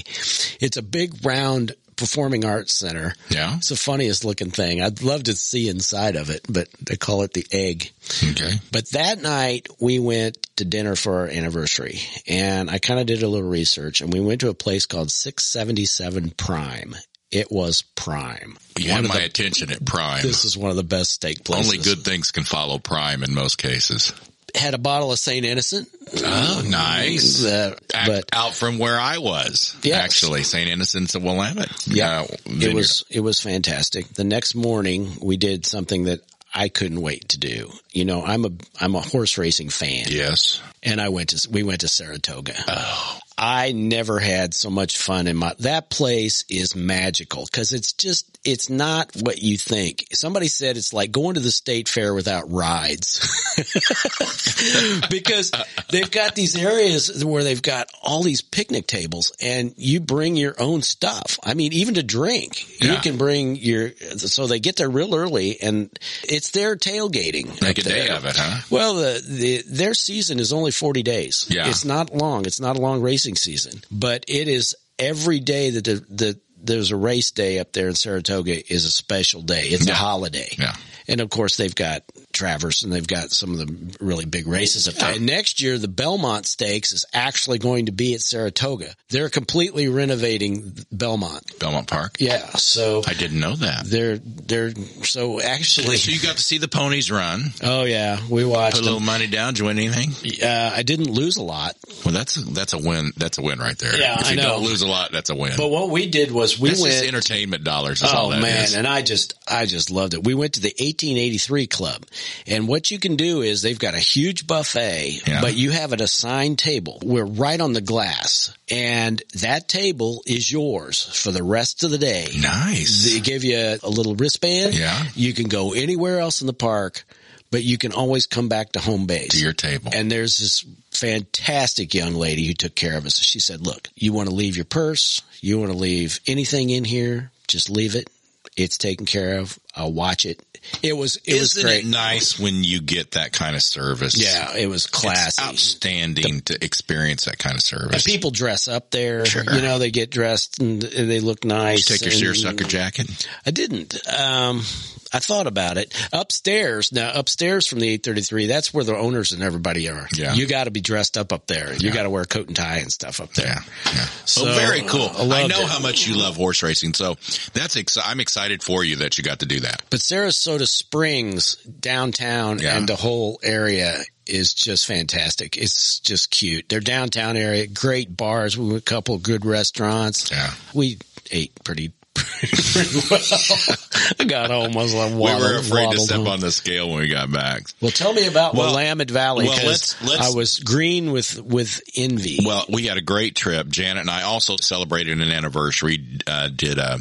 [SPEAKER 2] It's a big round performing arts center.
[SPEAKER 3] Yeah.
[SPEAKER 2] It's the funniest looking thing. I'd love to see inside of it, but they call it the Egg.
[SPEAKER 3] Okay.
[SPEAKER 2] But that night we went to dinner for our anniversary and I kind of did a little research and we went to a place called 677 Prime. It was prime.
[SPEAKER 3] You had my attention at Prime.
[SPEAKER 2] This is one of the best steak places.
[SPEAKER 3] Only good things can follow Prime in most cases.
[SPEAKER 2] had a bottle of Saint Innocent.
[SPEAKER 3] Oh, nice.
[SPEAKER 2] Uh,
[SPEAKER 3] Act-
[SPEAKER 2] but
[SPEAKER 3] out from where I was,
[SPEAKER 2] Yes.
[SPEAKER 3] actually, St. Innocent's of Willamette.
[SPEAKER 2] Yeah.
[SPEAKER 3] Uh,
[SPEAKER 2] it
[SPEAKER 3] vineyard.
[SPEAKER 2] was it was fantastic. The next morning, we did something that I couldn't wait to do. You know, I'm a I'm a horse racing fan,
[SPEAKER 3] Yes.
[SPEAKER 2] and I went to we went to Saratoga.
[SPEAKER 3] Oh.
[SPEAKER 2] I never had so much fun in my, that place is magical because it's just, it's not what you think. Somebody said it's like going to the state fair without rides because they've got these areas where they've got all these picnic tables and you bring your own stuff. I mean, even to drink, you
[SPEAKER 3] Yeah.
[SPEAKER 2] can bring your, so they get there real early and it's their tailgating.
[SPEAKER 3] Make
[SPEAKER 2] up
[SPEAKER 3] a day
[SPEAKER 2] there.
[SPEAKER 3] of it, huh?
[SPEAKER 2] Well, the, the their season is only 40 days.
[SPEAKER 3] Yeah.
[SPEAKER 2] It's not long. It's not a long racing season, but it is every day that the, the there's a race day up there in Saratoga is a special day. It's a holiday.
[SPEAKER 3] Yeah.
[SPEAKER 2] And of course they've got Traverse and they've got some of the really big races up there. And next year the Belmont Stakes is actually going to be at Saratoga. They're completely renovating Belmont.
[SPEAKER 3] Belmont Park.
[SPEAKER 2] Yeah. So
[SPEAKER 3] I didn't know that.
[SPEAKER 2] they're they're so actually
[SPEAKER 3] So you got to see the ponies run,
[SPEAKER 2] Oh yeah, we watched
[SPEAKER 3] put a
[SPEAKER 2] them.
[SPEAKER 3] little money down, join anything.
[SPEAKER 2] uh, I didn't lose a lot,
[SPEAKER 3] Well, that's that's a win. That's a win right there.
[SPEAKER 2] Yeah,
[SPEAKER 3] if
[SPEAKER 2] I
[SPEAKER 3] you
[SPEAKER 2] know.
[SPEAKER 3] don't lose a lot, that's a win.
[SPEAKER 2] but what we did was we
[SPEAKER 3] this
[SPEAKER 2] went.
[SPEAKER 3] is entertainment dollars. Is all
[SPEAKER 2] oh
[SPEAKER 3] that
[SPEAKER 2] man,
[SPEAKER 3] is.
[SPEAKER 2] and I just I just loved it. We went to the 1883 club, and what you can do is they've got a huge buffet,
[SPEAKER 3] Yeah.
[SPEAKER 2] but you have an assigned table. We're right on the glass, and that table is yours for the rest of the day.
[SPEAKER 3] nice.
[SPEAKER 2] They give you a little wristband.
[SPEAKER 3] Yeah.
[SPEAKER 2] you can go anywhere else in the park, but you can always come back to home base.
[SPEAKER 3] to your table.
[SPEAKER 2] And there's this fantastic young lady who took care of us. She said, look, you want to leave your purse, you want to leave anything in here, just leave it. It's taken care of. I'll watch it. It was, it was
[SPEAKER 3] Isn't
[SPEAKER 2] great.
[SPEAKER 3] it nice when you get that kind of service?
[SPEAKER 2] yeah, it was
[SPEAKER 3] It's
[SPEAKER 2] classy.
[SPEAKER 3] outstanding to experience that kind of service.
[SPEAKER 2] And people dress up there.
[SPEAKER 3] Sure.
[SPEAKER 2] You know, they get dressed and they look nice.
[SPEAKER 3] Take your
[SPEAKER 2] and-
[SPEAKER 3] seersucker jacket.
[SPEAKER 2] I didn't. Um, I thought about it upstairs. Now upstairs from the 833, that's where the owners and everybody are.
[SPEAKER 3] Yeah.
[SPEAKER 2] You got to be dressed up up there. You got to wear a coat and tie and stuff up there.
[SPEAKER 3] Yeah. yeah.
[SPEAKER 2] So,
[SPEAKER 3] oh, very cool.
[SPEAKER 2] I
[SPEAKER 3] I,
[SPEAKER 2] loved
[SPEAKER 3] know
[SPEAKER 2] it.
[SPEAKER 3] how much you love horse racing, so that's ex- I'm excited for you that you got to do that.
[SPEAKER 2] But Sarasota Springs downtown
[SPEAKER 3] Yeah.
[SPEAKER 2] and the whole area is just fantastic. It's just cute. Their downtown area, great bars, we went to a couple good restaurants.
[SPEAKER 3] Yeah.
[SPEAKER 2] We ate pretty pretty well. I got home. I was like,
[SPEAKER 3] We
[SPEAKER 2] waddled,
[SPEAKER 3] were afraid to
[SPEAKER 2] waddled
[SPEAKER 3] step
[SPEAKER 2] home.
[SPEAKER 3] on the scale when we got back.
[SPEAKER 2] Well, tell me about
[SPEAKER 3] Well-
[SPEAKER 2] Willamette Valley
[SPEAKER 3] well,
[SPEAKER 2] because
[SPEAKER 3] let's- let's-
[SPEAKER 2] I was green with with envy.
[SPEAKER 3] Well, we had a great trip. Janet and I also celebrated an anniversary. Uh, did a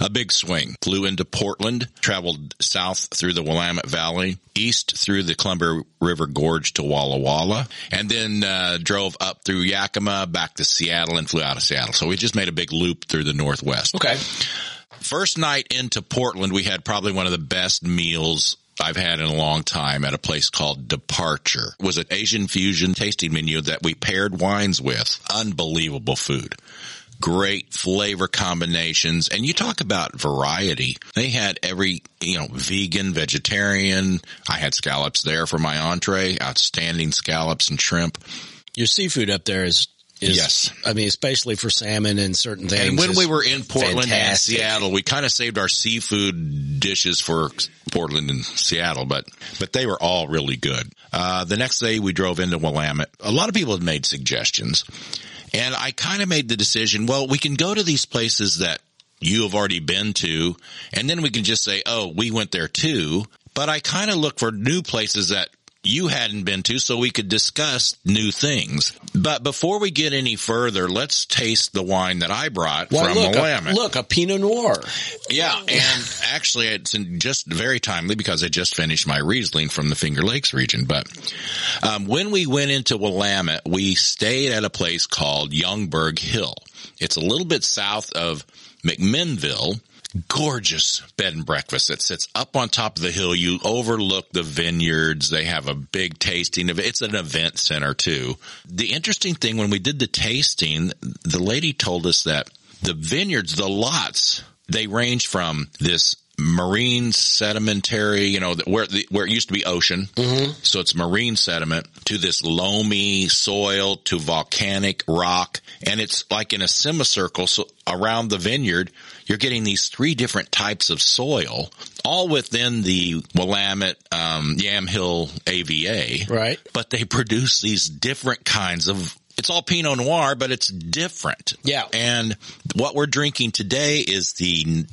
[SPEAKER 3] A big swing. Flew into Portland, traveled south through the Willamette Valley, east through the Columbia River Gorge to Walla Walla, and then uh, drove up through Yakima, back to Seattle, and flew out of Seattle. So we just made a big loop through the Northwest.
[SPEAKER 2] Okay.
[SPEAKER 3] First night into Portland, we had probably one of the best meals I've had in a long time at a place called Departure. It was an Asian fusion tasting menu that we paired wines with. Unbelievable food. Great flavor combinations. And you talk about variety. They had every, you know, vegan, vegetarian. I had scallops there for my entree. Outstanding scallops and shrimp.
[SPEAKER 2] Your seafood up there is, is
[SPEAKER 3] Yes.
[SPEAKER 2] I mean, especially for salmon and certain things.
[SPEAKER 3] And when
[SPEAKER 2] is-
[SPEAKER 3] we were in Portland
[SPEAKER 2] fantastic.
[SPEAKER 3] and Seattle, we kind of saved our seafood dishes for Portland and Seattle, but but they were all really good. Uh, the next day, we drove into Willamette. A lot of people had made suggestions, and I kind of made the decision. Well, we can go to these places that you have already been to, and then we can just say, "Oh, we went there too." But I kind of look for new places that you hadn't been to so we could discuss new things. But before we get any further, let's taste the wine that I brought
[SPEAKER 2] Why,
[SPEAKER 3] from
[SPEAKER 2] look,
[SPEAKER 3] Willamette.
[SPEAKER 2] a, look, a Pinot Noir.
[SPEAKER 3] Yeah, and actually it's in just very timely because I just finished my Riesling from the Finger Lakes region. But um, when we went into Willamette, we stayed at a place called Youngberg Hill. It's a little bit south of McMinnville. Gorgeous bed and breakfast. It sits up on top of the hill. You overlook the vineyards. They have a big tasting of It's an event center too. The interesting thing when we did the tasting, the lady told us that the vineyards, the lots, they range from this marine sedimentary, you know, where the, where it used to be ocean, so it's marine sediment to this loamy soil to volcanic rock, and it's like in a semicircle. So around the vineyard, you're getting these three different types of soil, all within the Willamette um, Yamhill AVA,
[SPEAKER 2] Right.
[SPEAKER 3] But they produce these different kinds of. It's all Pinot Noir, but it's different.
[SPEAKER 2] Yeah.
[SPEAKER 3] And what we're drinking today is the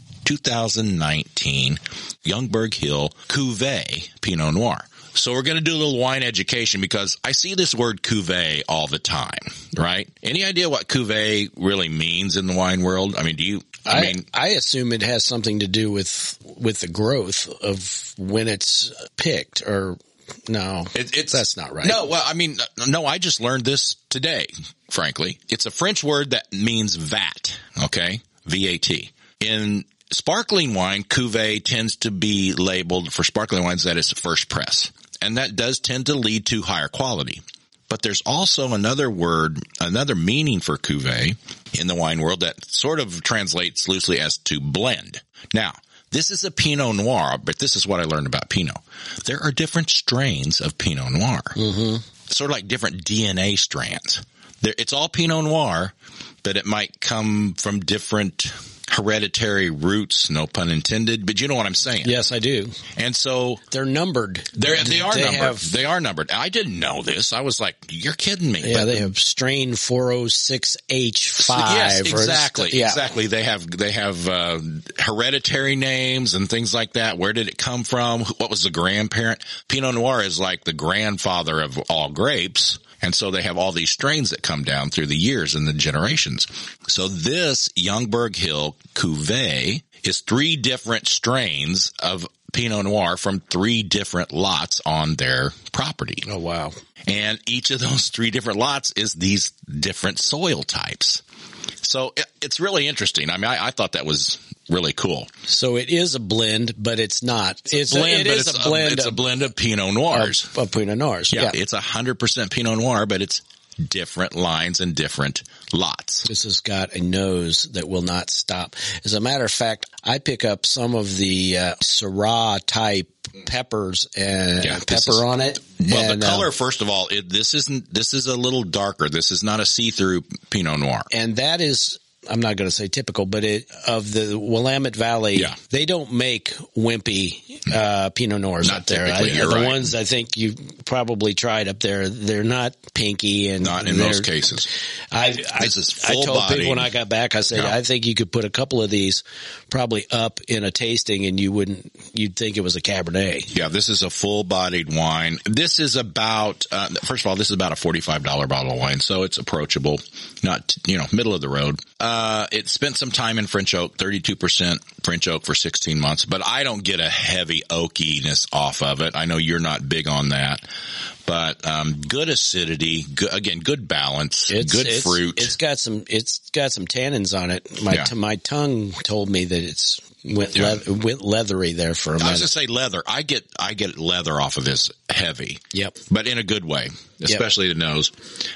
[SPEAKER 3] 2019 Youngberg Hill Cuvée Pinot Noir. So we're going to do a little wine education because I see this word cuvée all the time, right? Any idea what cuvée really means in the wine world? I mean, do you, I,
[SPEAKER 2] I,
[SPEAKER 3] mean,
[SPEAKER 2] I assume it has something to do with with the growth of when it's picked or no.
[SPEAKER 3] it, it's,
[SPEAKER 2] that's not right.
[SPEAKER 3] No, well, I mean, no, I just learned this today, frankly. It's a French word that means vat, okay? VAT. In sparkling wine, cuvee tends to be labeled for sparkling wines that it's first press. And that does tend to lead to higher quality. But there's also another word, another meaning for cuvee in the wine world that sort of translates loosely as to blend. Now, this is a Pinot Noir, but this is what I learned about Pinot. There are different strains of Pinot Noir sort of like different DNA strands. There, it's all Pinot Noir, but it might come from different hereditary roots, no pun intended, but you know what I'm saying.
[SPEAKER 2] Yes, I do.
[SPEAKER 3] And so
[SPEAKER 2] They're numbered.
[SPEAKER 3] they're, they are
[SPEAKER 2] They
[SPEAKER 3] numbered.
[SPEAKER 2] have-
[SPEAKER 3] they are numbered. I didn't know this. I was like, you're kidding me.
[SPEAKER 2] Yeah,
[SPEAKER 3] But-
[SPEAKER 2] they have strain 406H5.
[SPEAKER 3] Yes,
[SPEAKER 2] or this-
[SPEAKER 3] exactly.
[SPEAKER 2] yeah.
[SPEAKER 3] Exactly. They have they have uh, hereditary names and things like that. Where did it come from? What was the grandparent? Pinot Noir is like the grandfather of all grapes. And so they have all these strains that come down through the years and the generations. So this Youngberg Hill Cuvée is three different strains of Pinot Noir from three different lots on their property.
[SPEAKER 2] Oh, wow.
[SPEAKER 3] And each of those three different lots is these different soil types. So it, it's really interesting. I mean, I, I thought that was really cool.
[SPEAKER 2] So it is a blend, but it's not. It's, a
[SPEAKER 3] Blend,
[SPEAKER 2] it
[SPEAKER 3] but
[SPEAKER 2] is
[SPEAKER 3] it's
[SPEAKER 2] a blend
[SPEAKER 3] it's a
[SPEAKER 2] of,
[SPEAKER 3] blend of Pinot Noirs.
[SPEAKER 2] of Pinot Noirs.
[SPEAKER 3] yeah,
[SPEAKER 2] Yeah.
[SPEAKER 3] it's a hundred percent Pinot Noir, but it's different lines and different lots.
[SPEAKER 2] This has got a nose that will not stop. As a matter of fact, I pick up some of the uh, Syrah type peppers and
[SPEAKER 3] Yeah,
[SPEAKER 2] pepper
[SPEAKER 3] this is-
[SPEAKER 2] on it.
[SPEAKER 3] Well,
[SPEAKER 2] and,
[SPEAKER 3] the
[SPEAKER 2] uh,
[SPEAKER 3] color, first of all, it, this isn't. This is a little darker. This is not a see-through Pinot Noir.
[SPEAKER 2] and that is I'm not going to say typical, but it of the Willamette Valley,
[SPEAKER 3] Yeah.
[SPEAKER 2] they don't make wimpy uh, Pinot Noirs
[SPEAKER 3] Not
[SPEAKER 2] up there.
[SPEAKER 3] typically, you're
[SPEAKER 2] the
[SPEAKER 3] right.
[SPEAKER 2] ones I think you probably tried up there, they're not pinky and
[SPEAKER 3] Not in
[SPEAKER 2] they're-
[SPEAKER 3] those cases.
[SPEAKER 2] I, I,
[SPEAKER 3] This is
[SPEAKER 2] I
[SPEAKER 3] full
[SPEAKER 2] told
[SPEAKER 3] body.
[SPEAKER 2] people when I got back, I said
[SPEAKER 3] Yeah.
[SPEAKER 2] I think you could put a couple of these probably up in a tasting, and you wouldn't you'd think it was a Cabernet.
[SPEAKER 3] Yeah, this is a full-bodied wine. This is about uh, first of all, this is about a forty-five dollar bottle of wine, so it's approachable, not you know middle of the road. Uh, Uh, it spent some time in French oak, 32% French oak for 16 months, but I don't get a heavy oakiness off of it. I know you're not big on that, but, um, good acidity, good, again, good balance, good fruit.
[SPEAKER 2] It's got some. It's got some tannins on it. My
[SPEAKER 3] Yeah.
[SPEAKER 2] t- my tongue told me that it's went
[SPEAKER 3] Yeah.
[SPEAKER 2] leath- went leathery there for a
[SPEAKER 3] I
[SPEAKER 2] minute.
[SPEAKER 3] was gonna say leather. I get, I get leather off of this heavy.
[SPEAKER 2] yep.
[SPEAKER 3] but in a good way, especially the nose.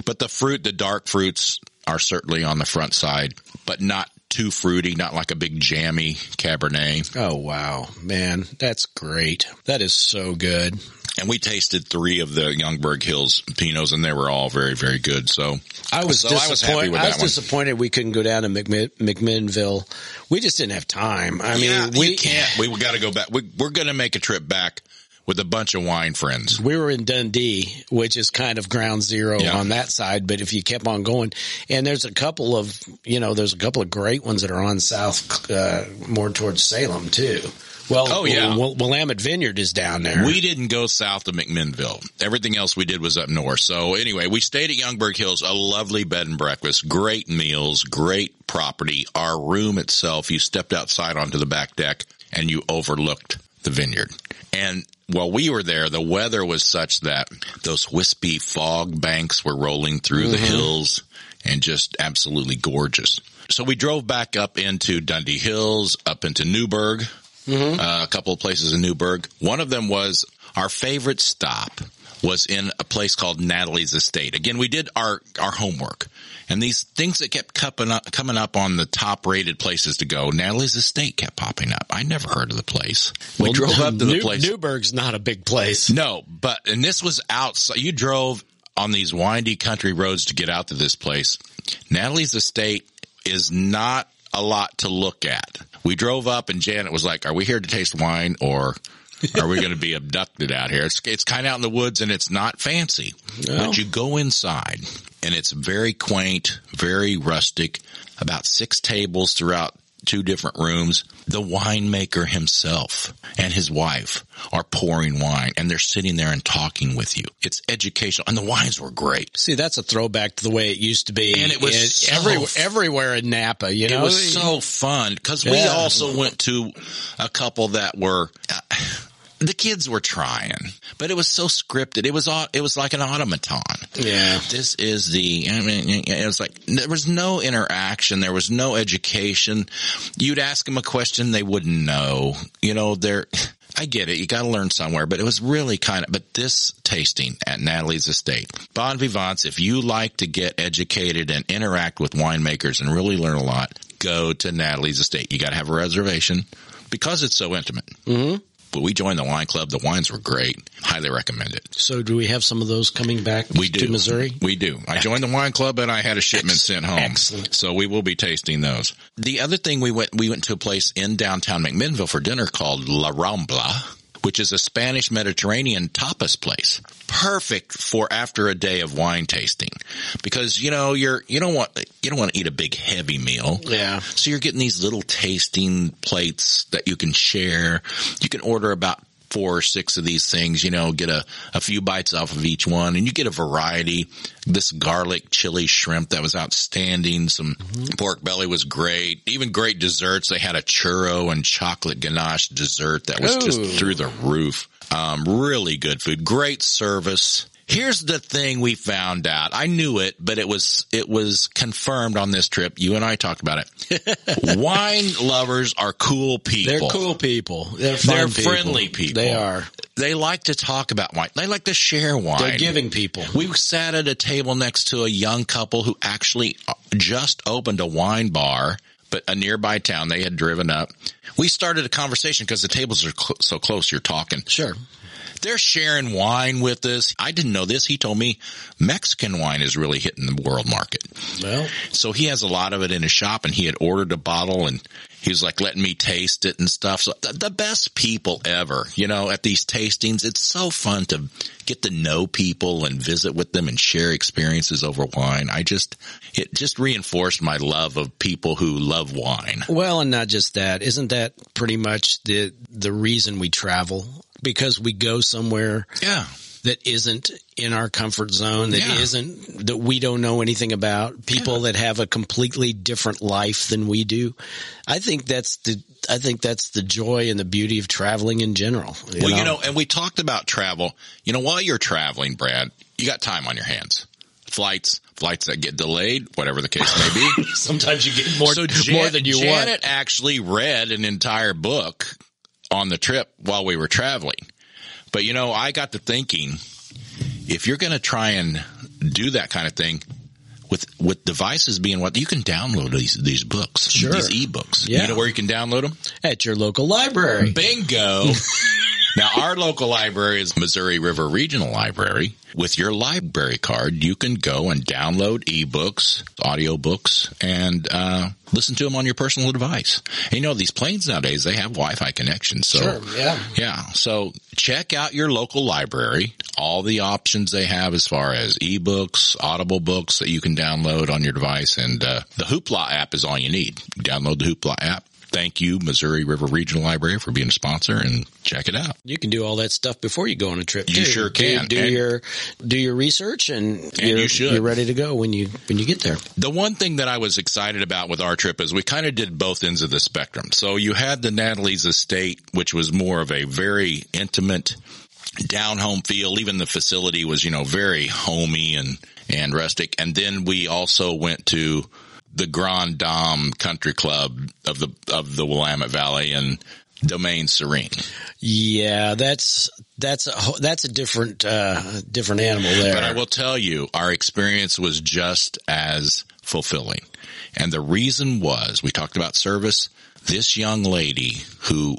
[SPEAKER 3] But the fruit, the dark fruits are certainly on the front side, but not too fruity, not like a big jammy Cabernet.
[SPEAKER 2] Oh wow, man, that's great. That is so good.
[SPEAKER 3] And we tasted three of the Youngberg Hills Pinots and they were all very, very good. So
[SPEAKER 2] I was
[SPEAKER 3] So I was
[SPEAKER 2] disappointed. I
[SPEAKER 3] happy
[SPEAKER 2] was,
[SPEAKER 3] with that one.
[SPEAKER 2] disappointed we couldn't go down to McMi- McMinnville. We just didn't have time. I mean,
[SPEAKER 3] Yeah,
[SPEAKER 2] we
[SPEAKER 3] you can't, we got to go back. We, we're going to make a trip back with a bunch of wine friends.
[SPEAKER 2] we were in Dundee, which is kind of ground zero
[SPEAKER 3] Yeah.
[SPEAKER 2] on that side. But if you kept on going, and there's a couple of you know, there's a couple of great ones that are on south, uh, more towards Salem too. Well,
[SPEAKER 3] Oh, yeah.
[SPEAKER 2] Wil- Willamette Vineyard is down there.
[SPEAKER 3] We didn't go south of McMinnville. Everything else we did was up north. So anyway, we stayed at Youngberg Hills, a lovely bed and breakfast, great meals, great property. Our room itself, you stepped outside onto the back deck and you overlooked the vineyard. And while we were there, the weather was such that those wispy fog banks were rolling through the hills and just absolutely gorgeous. So we drove back up into Dundee Hills, up into Newburgh, uh, a couple of places in Newburgh. One of them was our favorite stop was in a place called Natalie's Estate. Again, we did our, our homework and these things that kept coming up, coming up on the top rated places to go. Natalie's Estate kept popping up. I never heard of the place. We drove up to the
[SPEAKER 2] New-
[SPEAKER 3] place.
[SPEAKER 2] Newburgh's not a big place.
[SPEAKER 3] No, but and this was outside. You drove on these windy country roads to get out to this place. Natalie's estate is not a lot to look at. We drove up, and Janet was like, "Are we here to taste wine, or are we going to be abducted out here?" It's it's kind of out in the woods, and it's not fancy, but you go inside, and it's very quaint, very rustic. About six tables throughout two different rooms. The winemaker himself and his wife are pouring wine and they're sitting there and talking with you. It's educational and the wines were great.
[SPEAKER 2] See, that's a throwback to the way it used to be.
[SPEAKER 3] And it was so-
[SPEAKER 2] every, everywhere in Napa, you know?
[SPEAKER 3] It was so fun because we
[SPEAKER 2] Oh, Yeah.
[SPEAKER 3] also went to a couple that were. uh, the kids were trying, but it was so scripted. It was au- it was like an automaton.
[SPEAKER 2] Yeah.
[SPEAKER 3] This is the. I mean, it was like there was no interaction. There was no education. You'd ask them a question, they wouldn't know. You know, they're. I get it. You got to learn somewhere, but it was really kind of. But this tasting at Natalie's estate, bon vivants. If you like to get educated and interact with winemakers and really learn a lot, go to Natalie's estate. You got to have a reservation because it's so intimate. Mm-hmm. But we joined the wine club. The wines were great. Highly recommend it.
[SPEAKER 2] So do we have some of those coming back
[SPEAKER 3] We do.
[SPEAKER 2] to Missouri?
[SPEAKER 3] We do. I joined the wine club and I had a shipment sent home.
[SPEAKER 2] Excellent.
[SPEAKER 3] So we will be tasting those. The other thing we went, we went to a place in downtown McMinnville for dinner called La Rambla, which is a Spanish Mediterranean tapas place. Perfect for after a day of wine tasting because you know, you're, you don't want, you don't want to eat a big heavy meal.
[SPEAKER 2] Yeah.
[SPEAKER 3] So you're getting these little tasting plates that you can share. You can order about four or six of these things, you know, get a, a few bites off of each one and you get a variety. This garlic chili shrimp that was outstanding. Some pork belly was great. Even great desserts. They had a churro and chocolate ganache dessert that was just
[SPEAKER 2] Ooh.
[SPEAKER 3] through the roof. Um, really good food. Great service. Here's the thing we found out. I knew it, but it was, it was confirmed on this trip. You and I talked about it wine lovers are cool people.
[SPEAKER 2] They're cool people. They're, fun
[SPEAKER 3] They're
[SPEAKER 2] people.
[SPEAKER 3] friendly people.
[SPEAKER 2] They are.
[SPEAKER 3] They like to talk about wine. They like to share wine.
[SPEAKER 2] They're giving people.
[SPEAKER 3] We sat at a table next to a young couple who actually uh, just opened a wine bar, but a nearby town they had driven up. We started a conversation because the tables are cl- so close. You're talking.
[SPEAKER 2] Sure.
[SPEAKER 3] They're sharing wine with us. I didn't know this. He told me Mexican wine is really hitting the world market.
[SPEAKER 2] Well,
[SPEAKER 3] So he has a lot of it in his shop and he had ordered a bottle and he was like letting me taste it and stuff. So the, the best people ever, you know, at these tastings, it's so fun to get to know people and visit with them and share experiences over wine. I just, it just reinforced my love of people who love wine.
[SPEAKER 2] well, and not just that. Isn't that pretty much the the reason we travel? Because we go somewhere
[SPEAKER 3] Yeah.
[SPEAKER 2] that isn't in our comfort zone, that
[SPEAKER 3] Yeah.
[SPEAKER 2] not that we don't know anything about, people that have a completely different life than we do. I think that's the I think that's the joy and the beauty of traveling in general.
[SPEAKER 3] well, you know, and we talked about travel. You know, while you're traveling, Brad, you got time on your hands. Flights, flights that get delayed, whatever the case may be.
[SPEAKER 2] sometimes you get more
[SPEAKER 3] Jan-
[SPEAKER 2] more than you
[SPEAKER 3] Janet
[SPEAKER 2] want.
[SPEAKER 3] actually read an entire book on the trip while we were traveling. But you know, I got to thinking if you're going to try and do that kind of thing with with devices being what you can download these these books,
[SPEAKER 2] Sure.
[SPEAKER 3] these ebooks.
[SPEAKER 2] Yeah.
[SPEAKER 3] You know where you can download them?
[SPEAKER 2] At your local library.
[SPEAKER 3] Bingo. now, our local library is Missouri River Regional Library. With your library card, you can go and download ebooks, audiobooks, and uh, listen to them on your personal device. And you know, these planes nowadays, they have Wi Fi connections. So,
[SPEAKER 2] yeah.
[SPEAKER 3] yeah. So check out your local library, all the options they have as far as ebooks, audible books that you can download on your device. And uh, the Hoopla app is all you need. Download the Hoopla app. Thank you, Missouri River Regional Library, for being a sponsor and check it out.
[SPEAKER 2] You can do all that stuff before you go on a trip.
[SPEAKER 3] You
[SPEAKER 2] too.
[SPEAKER 3] sure
[SPEAKER 2] Do-
[SPEAKER 3] can.
[SPEAKER 2] Do,
[SPEAKER 3] And-
[SPEAKER 2] your do your research, and, you're,
[SPEAKER 3] you should.
[SPEAKER 2] are ready to go when you when you get there.
[SPEAKER 3] The one thing that I was excited about with our trip is we kind of did both ends of the spectrum. So you had the Natalie's estate, which was more of a very intimate down home feel. Even the facility was, you know, very homey and, and rustic. And then we also went to the Grand Dame Country Club of the, of the Willamette Valley and Domain Serene.
[SPEAKER 2] Yeah, that's that's a ho- that's a different uh, different animal there.
[SPEAKER 3] But I will tell you, our experience was just as fulfilling. And the reason was we talked about service. This young lady who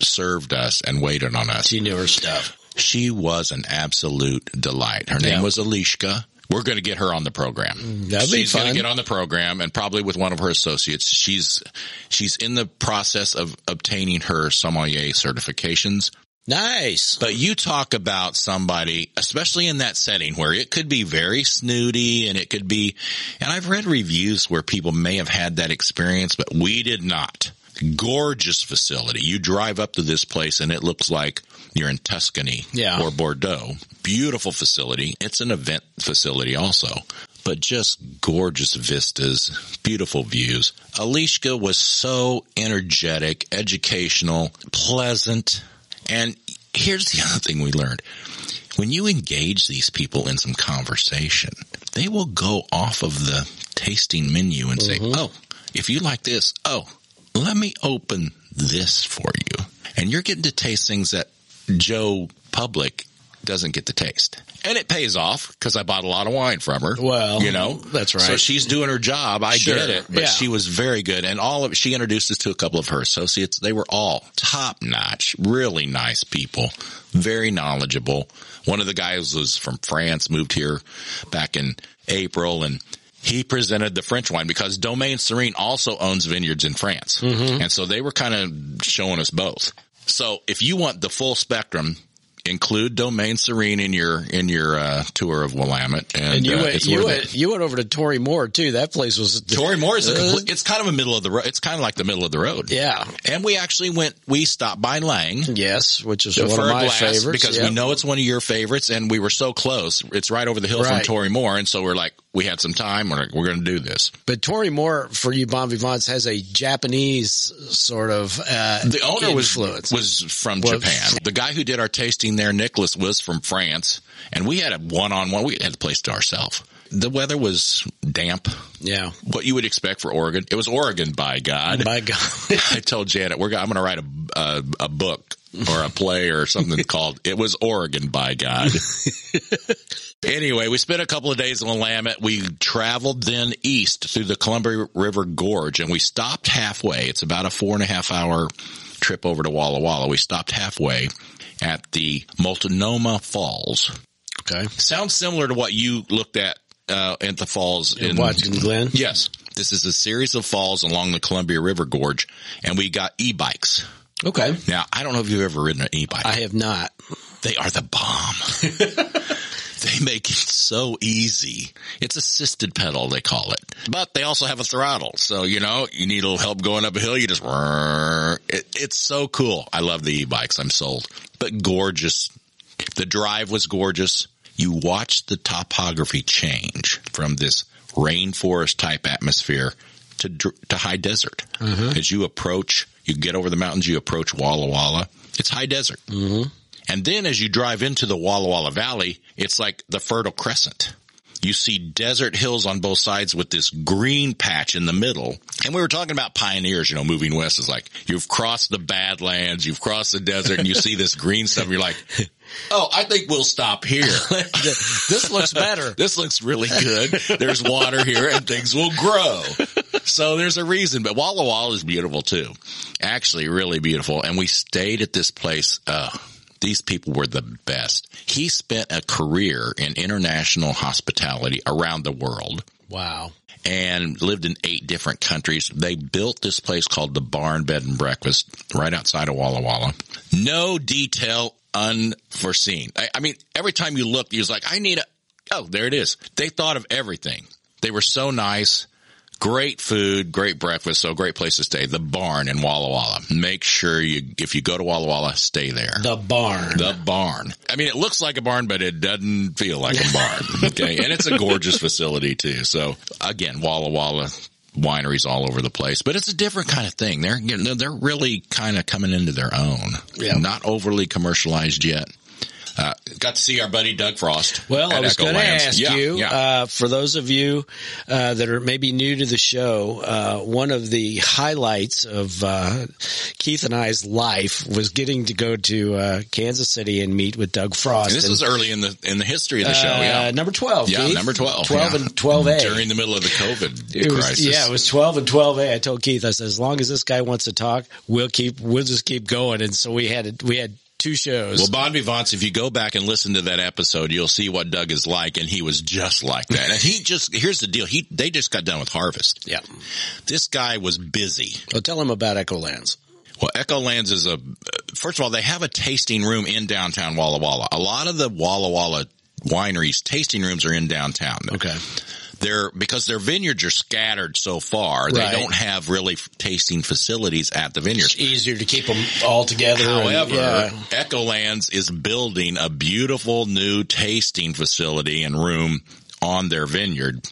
[SPEAKER 3] served us and waited on us,
[SPEAKER 2] she knew her stuff.
[SPEAKER 3] she was an absolute delight. Her name
[SPEAKER 2] Yeah. Mm,
[SPEAKER 3] was Alishka. We're going to get her on the program.
[SPEAKER 2] that'd be
[SPEAKER 3] she's going
[SPEAKER 2] fun.
[SPEAKER 3] to get on the program and probably with one of her associates. She's she's in the process of obtaining her sommelier certifications.
[SPEAKER 2] Nice.
[SPEAKER 3] But you talk about somebody, especially in that setting where it could be very snooty and it could be, and I've read reviews where people may have had that experience, but we did not. Gorgeous facility. You drive up to this place and it looks like you're in Tuscany
[SPEAKER 2] Yeah.
[SPEAKER 3] or Bordeaux. Beautiful facility. It's an event facility also, but just gorgeous vistas, beautiful views. Alishka was so energetic, educational, pleasant. And here's the other thing we learned. When you engage these people in some conversation, they will go off of the tasting menu and say, Oh, if you like this, oh, let me open this for you. And you're getting to taste things that Joe Public doesn't get to taste. And it pays off because I bought a lot of wine from her.
[SPEAKER 2] Well,
[SPEAKER 3] you know,
[SPEAKER 2] that's right.
[SPEAKER 3] So she's doing her job. I
[SPEAKER 2] Sure,
[SPEAKER 3] get it, but
[SPEAKER 2] yeah.
[SPEAKER 3] she was very good. And all of she introduced us to a couple of her associates. They were all top notch, really nice people, very knowledgeable. One of the guys was from France, moved here back in April, and he presented the French wine because Domaine Serene also owns vineyards in France,
[SPEAKER 2] Mm-hmm.
[SPEAKER 3] and so they were kind of showing us both. So if you want the full spectrum. Include Domaine Serene in your in your uh, tour of Willamette, and,
[SPEAKER 2] And you
[SPEAKER 3] uh,
[SPEAKER 2] went
[SPEAKER 3] it's
[SPEAKER 2] you
[SPEAKER 3] worth
[SPEAKER 2] went,
[SPEAKER 3] it.
[SPEAKER 2] you went over to Tory Moore too. That place was Uh,
[SPEAKER 3] Tory Moore is a complete, it's kind of a middle of the road. It's kind of like the middle of the road.
[SPEAKER 2] yeah
[SPEAKER 3] And we actually went, we stopped by Lang
[SPEAKER 2] yes, which is one
[SPEAKER 3] for
[SPEAKER 2] of
[SPEAKER 3] a
[SPEAKER 2] my
[SPEAKER 3] glass
[SPEAKER 2] favorites
[SPEAKER 3] because
[SPEAKER 2] Yeah.
[SPEAKER 3] we know it's one of your favorites and we were so close. It's right over the hill from
[SPEAKER 2] Right.
[SPEAKER 3] Tory Moore. And so we're like, we had some time. We're like, we're going to do this.
[SPEAKER 2] But Tory Moore for you bon vivants has a Japanese sort of uh,
[SPEAKER 3] The owner
[SPEAKER 2] influence.
[SPEAKER 3] was, was from
[SPEAKER 2] Was-
[SPEAKER 3] Japan. The guy who did our tasting there, Nicholas, was from France and we had a one on one. We had the place to ourselves. The weather was damp.
[SPEAKER 2] yeah.
[SPEAKER 3] What you would expect for Oregon. It was Oregon by God.
[SPEAKER 2] My God.
[SPEAKER 3] I told Janet we're gonna, I'm going to write a, a a book or a play or something called "It Was Oregon by God." anyway, we spent a couple of days in Willamette. We traveled then east through the Columbia River Gorge, and we stopped halfway. It's about a four and a half hour trip over to Walla Walla. We stopped halfway at the Multnomah Falls.
[SPEAKER 2] Okay.
[SPEAKER 3] Sounds similar to what you looked at uh, at the falls in
[SPEAKER 2] Watching Glenn.
[SPEAKER 3] Yes. This is a series of falls along the Columbia River Gorge, and we got e-bikes.
[SPEAKER 2] Okay.
[SPEAKER 3] Now, I don't know if you've ever ridden an e-bike.
[SPEAKER 2] I have not.
[SPEAKER 3] they are the bomb. they make it so easy. It's assisted pedal, they call it. But they also have a throttle. So, you know, you need a little help going up a hill, you just, it, it's so cool. I love the e-bikes. I'm sold. But gorgeous The drive was gorgeous. You watched the topography change from this rainforest type atmosphere to to high desert. Mm-hmm. As you approach, you get over the mountains, you approach Walla Walla. It's high desert. Mm-hmm. And then as you drive into the Walla Walla Valley, it's like the Fertile Crescent. You see desert hills on both sides with this green patch in the middle. And we were talking about pioneers, you know, moving west is like you've crossed the Badlands, you've crossed the desert, and you see this green stuff. And you're like, oh, I think we'll stop here.
[SPEAKER 2] this looks better.
[SPEAKER 3] this looks really good. There's water here and things will grow. So there's a reason, but Walla Walla is beautiful too. Actually, really beautiful. And we stayed at this place. Uh, these people were the best. He spent a career in international hospitality around the world.
[SPEAKER 2] Wow.
[SPEAKER 3] And lived in eight different countries. They built this place called the Barn Bed and Breakfast right outside of Walla Walla. No detail unforeseen. I, I mean, every time you look, you're like, I need a, oh, there it is. They thought of everything. They were so nice. Great food, great breakfast, so great place to stay. The barn in Walla Walla. Make sure you, if you go to Walla Walla, stay there.
[SPEAKER 2] The barn.
[SPEAKER 3] The barn. I mean, it looks like a barn, but it doesn't feel like a barn. Okay. and it's a gorgeous facility too. So again, Walla Walla wineries all over the place, but it's a different kind of thing. They're, you know, they're really kind of coming into their own. Yeah. Not overly commercialized yet. Uh, got to see our buddy Doug Frost.
[SPEAKER 2] Well, I was going to ask yeah, you, yeah. Uh, for those of you uh, that are maybe new to the show, uh, one of the highlights of uh, Keith and I's life was getting to go to uh, Kansas City and meet with Doug Frost. And uh,
[SPEAKER 3] this was early in the in the history of the show. Yeah,
[SPEAKER 2] number twelve.
[SPEAKER 3] Yeah,
[SPEAKER 2] Keith.
[SPEAKER 3] number twelve.
[SPEAKER 2] Twelve and twelve A
[SPEAKER 3] during the middle of the COVID
[SPEAKER 2] it Was,
[SPEAKER 3] crisis.
[SPEAKER 2] yeah, it was twelve and twelve A. I told Keith, I said, as long as this guy wants to talk, we'll keep we'll just keep going. And so we had we had two shows.
[SPEAKER 3] Well, Bon Vivants, if you go back and listen to that episode, you'll see what Doug is like, and he was just like that. And he just here's the deal: he they just got done with harvest.
[SPEAKER 2] Yeah,
[SPEAKER 3] this guy was busy.
[SPEAKER 2] Well, tell him about Echolands.
[SPEAKER 3] Well, Echolands is a first of all they have a tasting room in downtown Walla Walla. A lot of the Walla Walla wineries tasting rooms are in downtown.
[SPEAKER 2] Okay
[SPEAKER 3] they're because their vineyards are scattered so far, they right. don't have really tasting facilities at the vineyards.
[SPEAKER 2] It's easier to keep them all together.
[SPEAKER 3] However, and, yeah. Echolands is building a beautiful new tasting facility and room on their vineyard.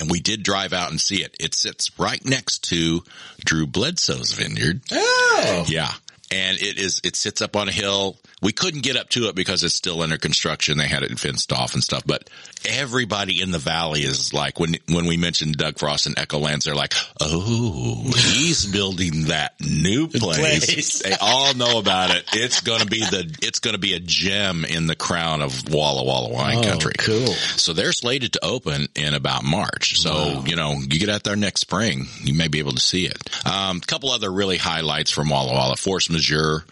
[SPEAKER 3] And we did drive out and see it. It sits right next to Drew Bledsoe's vineyard.
[SPEAKER 2] Oh.
[SPEAKER 3] Yeah and it is it sits up on a hill. We couldn't get up to it because it's still under construction. They had it fenced off and stuff. But everybody in the valley is like when when we mentioned Doug Frost and Echolands, they're like, "Oh, he's building that new place." place. they all know about it. It's gonna be the it's gonna be a gem in the crown of Walla Walla wine oh, country.
[SPEAKER 2] Cool.
[SPEAKER 3] So they're slated to open in about March. So wow. you know you get out there next spring, you may be able to see it. A um, couple other really highlights from Walla Walla. Force Majeure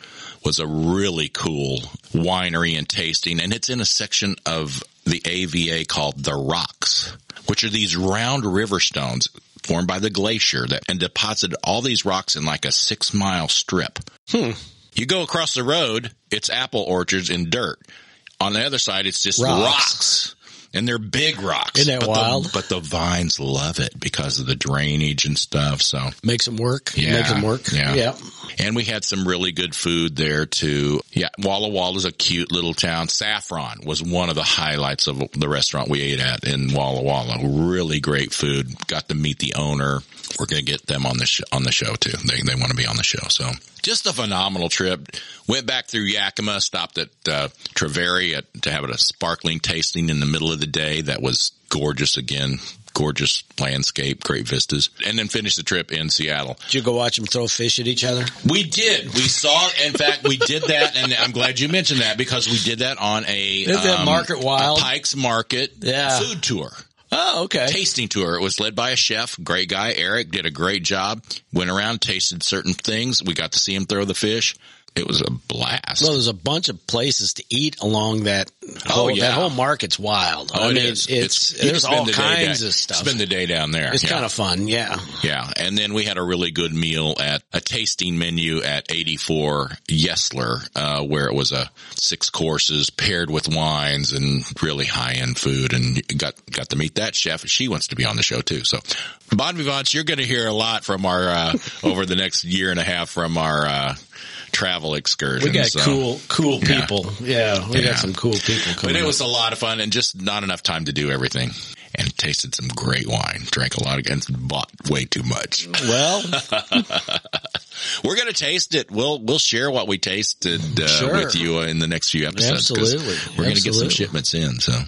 [SPEAKER 3] was a really cool winery and tasting, and it's in a section of the AVA called the Rocks, which are these round river stones formed by the glacier that and deposited all these rocks in like a six mile strip.
[SPEAKER 2] Hmm.
[SPEAKER 3] You go across the road, it's apple orchards and dirt. On the other side, it's just rocks. rocks and they're big rocks.
[SPEAKER 2] Isn't that
[SPEAKER 3] but
[SPEAKER 2] wild?
[SPEAKER 3] The, but the vines love it because of the drainage and stuff. So
[SPEAKER 2] makes them work. Yeah, makes them work.
[SPEAKER 3] Yeah. yeah. And we had some really good food there too. Yeah, Walla Walla is a cute little town. Saffron was one of the highlights of the restaurant we ate at in Walla Walla. Really great food. Got to meet the owner. We're gonna get them on the sh- on the show too. They they want to be on the show. So just a phenomenal trip. Went back through Yakima, stopped at uh, Treveri at, to have a sparkling tasting in the middle of the day. That was gorgeous again. Gorgeous landscape, great vistas, and then finished the trip in Seattle.
[SPEAKER 2] Did you go watch them throw fish at each other?
[SPEAKER 3] We did. We saw. In fact, we did that, and I'm glad you mentioned that because we did that on a
[SPEAKER 2] um, that Market Wild
[SPEAKER 3] Pikes Market
[SPEAKER 2] yeah.
[SPEAKER 3] food tour.
[SPEAKER 2] Oh, okay.
[SPEAKER 3] Tasting tour. It was led by a chef, great guy. Eric did a great job. Went around, tasted certain things. We got to see him throw the fish. It was a blast.
[SPEAKER 2] Well, there's a bunch of places to eat along that. Whole, oh yeah, that whole market's wild.
[SPEAKER 3] Oh, I mean, it is. It's,
[SPEAKER 2] it's there's all the kinds of stuff.
[SPEAKER 3] Spend the day down there.
[SPEAKER 2] It's yeah. kind of fun. Yeah.
[SPEAKER 3] Yeah, and then we had a really good meal at a tasting menu at 84 Yesler, uh, where it was a six courses paired with wines and really high end food, and got got to meet that chef. She wants to be on the show too. So, Bon Vivants, you're going to hear a lot from our uh, over the next year and a half from our. Uh, travel excursions.
[SPEAKER 2] We got
[SPEAKER 3] so-
[SPEAKER 2] cool, cool
[SPEAKER 3] Yeah.
[SPEAKER 2] people. Yeah, we
[SPEAKER 3] Yeah.
[SPEAKER 2] got some cool people coming.
[SPEAKER 3] But it
[SPEAKER 2] up.
[SPEAKER 3] was a lot of fun and just not enough time to do everything. And tasted some great wine, drank a lot of, and bought way too much.
[SPEAKER 2] well,
[SPEAKER 3] We're gonna taste it. We'll we'll share what we tasted uh,
[SPEAKER 2] Sure.
[SPEAKER 3] with you in the next few episodes. 'cause
[SPEAKER 2] Absolutely.
[SPEAKER 3] we're gonna get some
[SPEAKER 2] Absolutely.
[SPEAKER 3] shipments in. So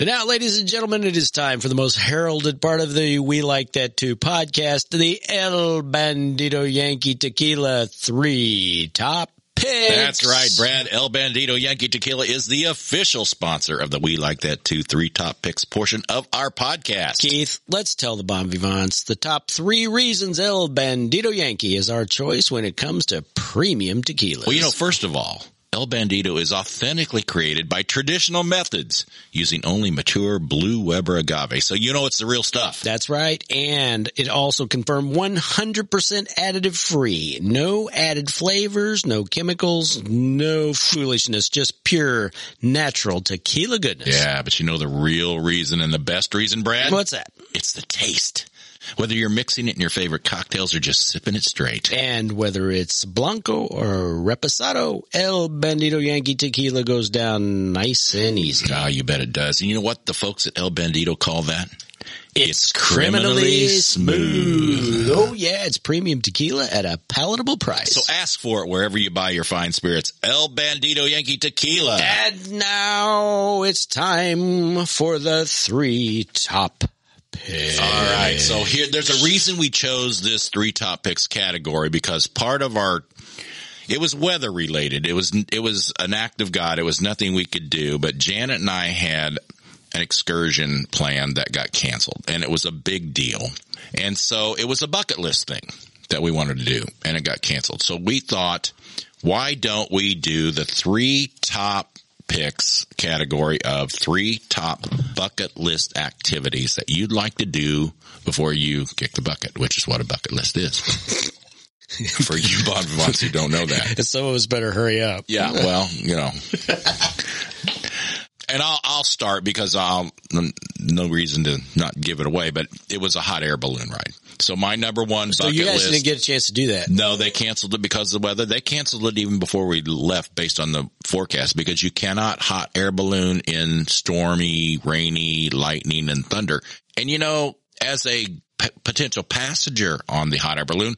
[SPEAKER 2] And now, ladies and gentlemen, it is time for the most heralded part of the We Like That Too podcast, the El Bandito Yankee Tequila 3 Top Picks.
[SPEAKER 3] that's right, Brad. El Bandito Yankee Tequila is the official sponsor of the We Like That Two Three Top Picks portion of our podcast.
[SPEAKER 2] Keith, let's tell the Bon Vivants the top three reasons El Bandito Yankee is our choice when it comes to premium tequilas.
[SPEAKER 3] Well, you know, first of all, El Bandito is authentically created by traditional methods using only mature blue Weber agave. So you know it's the real stuff.
[SPEAKER 2] That's right. And it also confirmed 100% additive free. No added flavors, no chemicals, no foolishness, just pure natural tequila goodness.
[SPEAKER 3] Yeah, but you know the real reason and the best reason, Brad?
[SPEAKER 2] What's that?
[SPEAKER 3] It's the taste. Whether you're mixing it in your favorite cocktails or just sipping it straight.
[SPEAKER 2] And whether it's Blanco or Reposado, El Bandito Yankee tequila goes down nice and easy.
[SPEAKER 3] Ah, you bet it does. And you know what the folks at El Bandito call that? It's
[SPEAKER 2] Oh yeah, it's premium tequila at a palatable price.
[SPEAKER 3] So ask for it wherever you buy your fine spirits. El Bandito Yankee Tequila.
[SPEAKER 2] And now it's time for the three top picks.
[SPEAKER 3] All right. So here, there's a reason we chose this three top picks category because part of our, it was weather related. It was, it was an act of God. It was nothing we could do, but Janet and I had an excursion planned that got canceled and it was a big deal. And so it was a bucket list thing that we wanted to do and it got canceled. So we thought, why don't we do the three top picks category of three top bucket list activities that you'd like to do before you kick the bucket, which is what a bucket list is. For you bon vivants who don't know that.
[SPEAKER 2] Some of us better hurry up.
[SPEAKER 3] Yeah, well, you know. and I'll I'll start because I'll n- no reason to not give it away, but it was a hot air balloon ride. So my number one
[SPEAKER 2] So
[SPEAKER 3] bucket
[SPEAKER 2] you guys
[SPEAKER 3] list.
[SPEAKER 2] didn't get a chance to do that.
[SPEAKER 3] No, they canceled it because of the weather. They canceled it even before we left based on the forecast because you cannot hot air balloon in stormy, rainy, lightning, and thunder. And you know, as a p- potential passenger on the hot air balloon,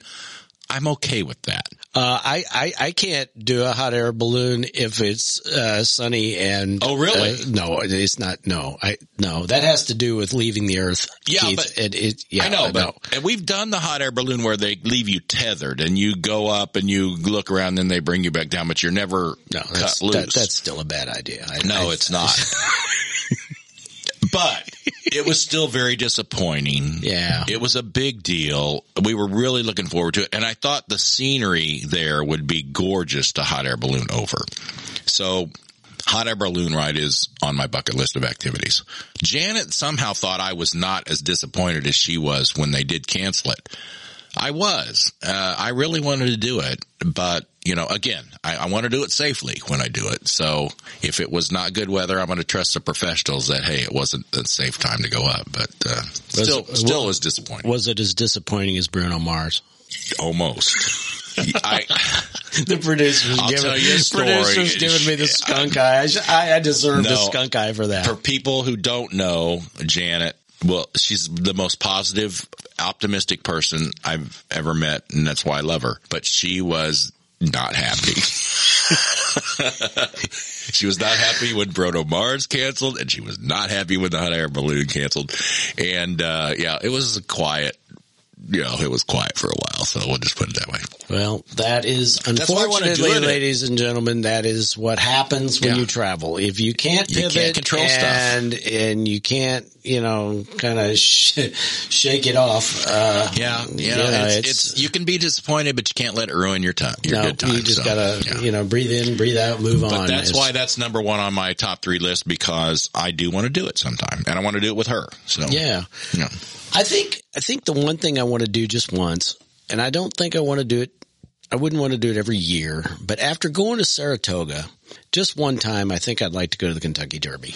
[SPEAKER 3] I'm okay with that.
[SPEAKER 2] Uh, I, I I can't do a hot air balloon if it's uh, sunny and.
[SPEAKER 3] Oh, really?
[SPEAKER 2] uh, no, it's not. No, I no. That has to do with leaving the Earth.
[SPEAKER 3] Yeah,
[SPEAKER 2] Keith.
[SPEAKER 3] but-
[SPEAKER 2] it, it, yeah,
[SPEAKER 3] I know, but and we've done the hot air balloon where they leave you tethered and you go up and you look around and then they bring you back down, but you're never
[SPEAKER 2] no, that's
[SPEAKER 3] cut loose.
[SPEAKER 2] that, that's still a bad idea. I,
[SPEAKER 3] No,
[SPEAKER 2] I-
[SPEAKER 3] it's not. but it was still very disappointing.
[SPEAKER 2] Yeah.
[SPEAKER 3] It was a big deal. We were really looking forward to it. And I thought the scenery there would be gorgeous to hot air balloon over. So hot air balloon ride is on my bucket list of activities. Janet somehow thought I was not as disappointed as she was when they did cancel it. I was. Uh, I really wanted to do it, but you know, again, I, I want to do it safely when I do it. So if it was not good weather, I'm going to trust the professionals that hey, it wasn't a safe time to go up. But uh, still, still was disappointing.
[SPEAKER 2] Was it as disappointing as Bruno Mars?
[SPEAKER 3] Almost. I,
[SPEAKER 2] The producers
[SPEAKER 3] I'll
[SPEAKER 2] giving,
[SPEAKER 3] tell you a story.
[SPEAKER 2] producers giving me the skunk eye. I, sh- I I deserve the
[SPEAKER 3] No.
[SPEAKER 2] skunk eye for that.
[SPEAKER 3] for people who don't know Janet, well, she's the most positive, optimistic person I've ever met, and that's why I love her. But she was not happy. she was not happy when Bruno Mars canceled, and she was not happy when the hot air balloon canceled. And uh, yeah, it was a quiet. You know, it was quiet for a while, so we'll just put it that way.
[SPEAKER 2] Well, that is
[SPEAKER 3] why I wanna do
[SPEAKER 2] unfortunately,
[SPEAKER 3] it.
[SPEAKER 2] ladies and gentlemen, that is what happens when
[SPEAKER 3] Yeah.
[SPEAKER 2] you travel. If you can't
[SPEAKER 3] You
[SPEAKER 2] pivot
[SPEAKER 3] can't control stuff.
[SPEAKER 2] and and you can't, you know, kind of sh- shake it off. Uh,
[SPEAKER 3] Yeah, you
[SPEAKER 2] you
[SPEAKER 3] know,
[SPEAKER 2] know,
[SPEAKER 3] it's,
[SPEAKER 2] it's-
[SPEAKER 3] it's, you can be disappointed, but you can't let it ruin your time. Your
[SPEAKER 2] no,
[SPEAKER 3] good time.
[SPEAKER 2] you just
[SPEAKER 3] so,
[SPEAKER 2] gotta,
[SPEAKER 3] yeah.
[SPEAKER 2] you know, breathe in, breathe out, move on.
[SPEAKER 3] But that's
[SPEAKER 2] It's-
[SPEAKER 3] why that's number one on my top three list because I do want to do it sometime, and I want to do it with her. So
[SPEAKER 2] yeah.
[SPEAKER 3] you know.
[SPEAKER 2] I think I think the one thing I want to do just once, and I don't think I want to do it. I wouldn't want to do it every year, but after going to Saratoga, just one time, I think I'd like to go to the Kentucky Derby.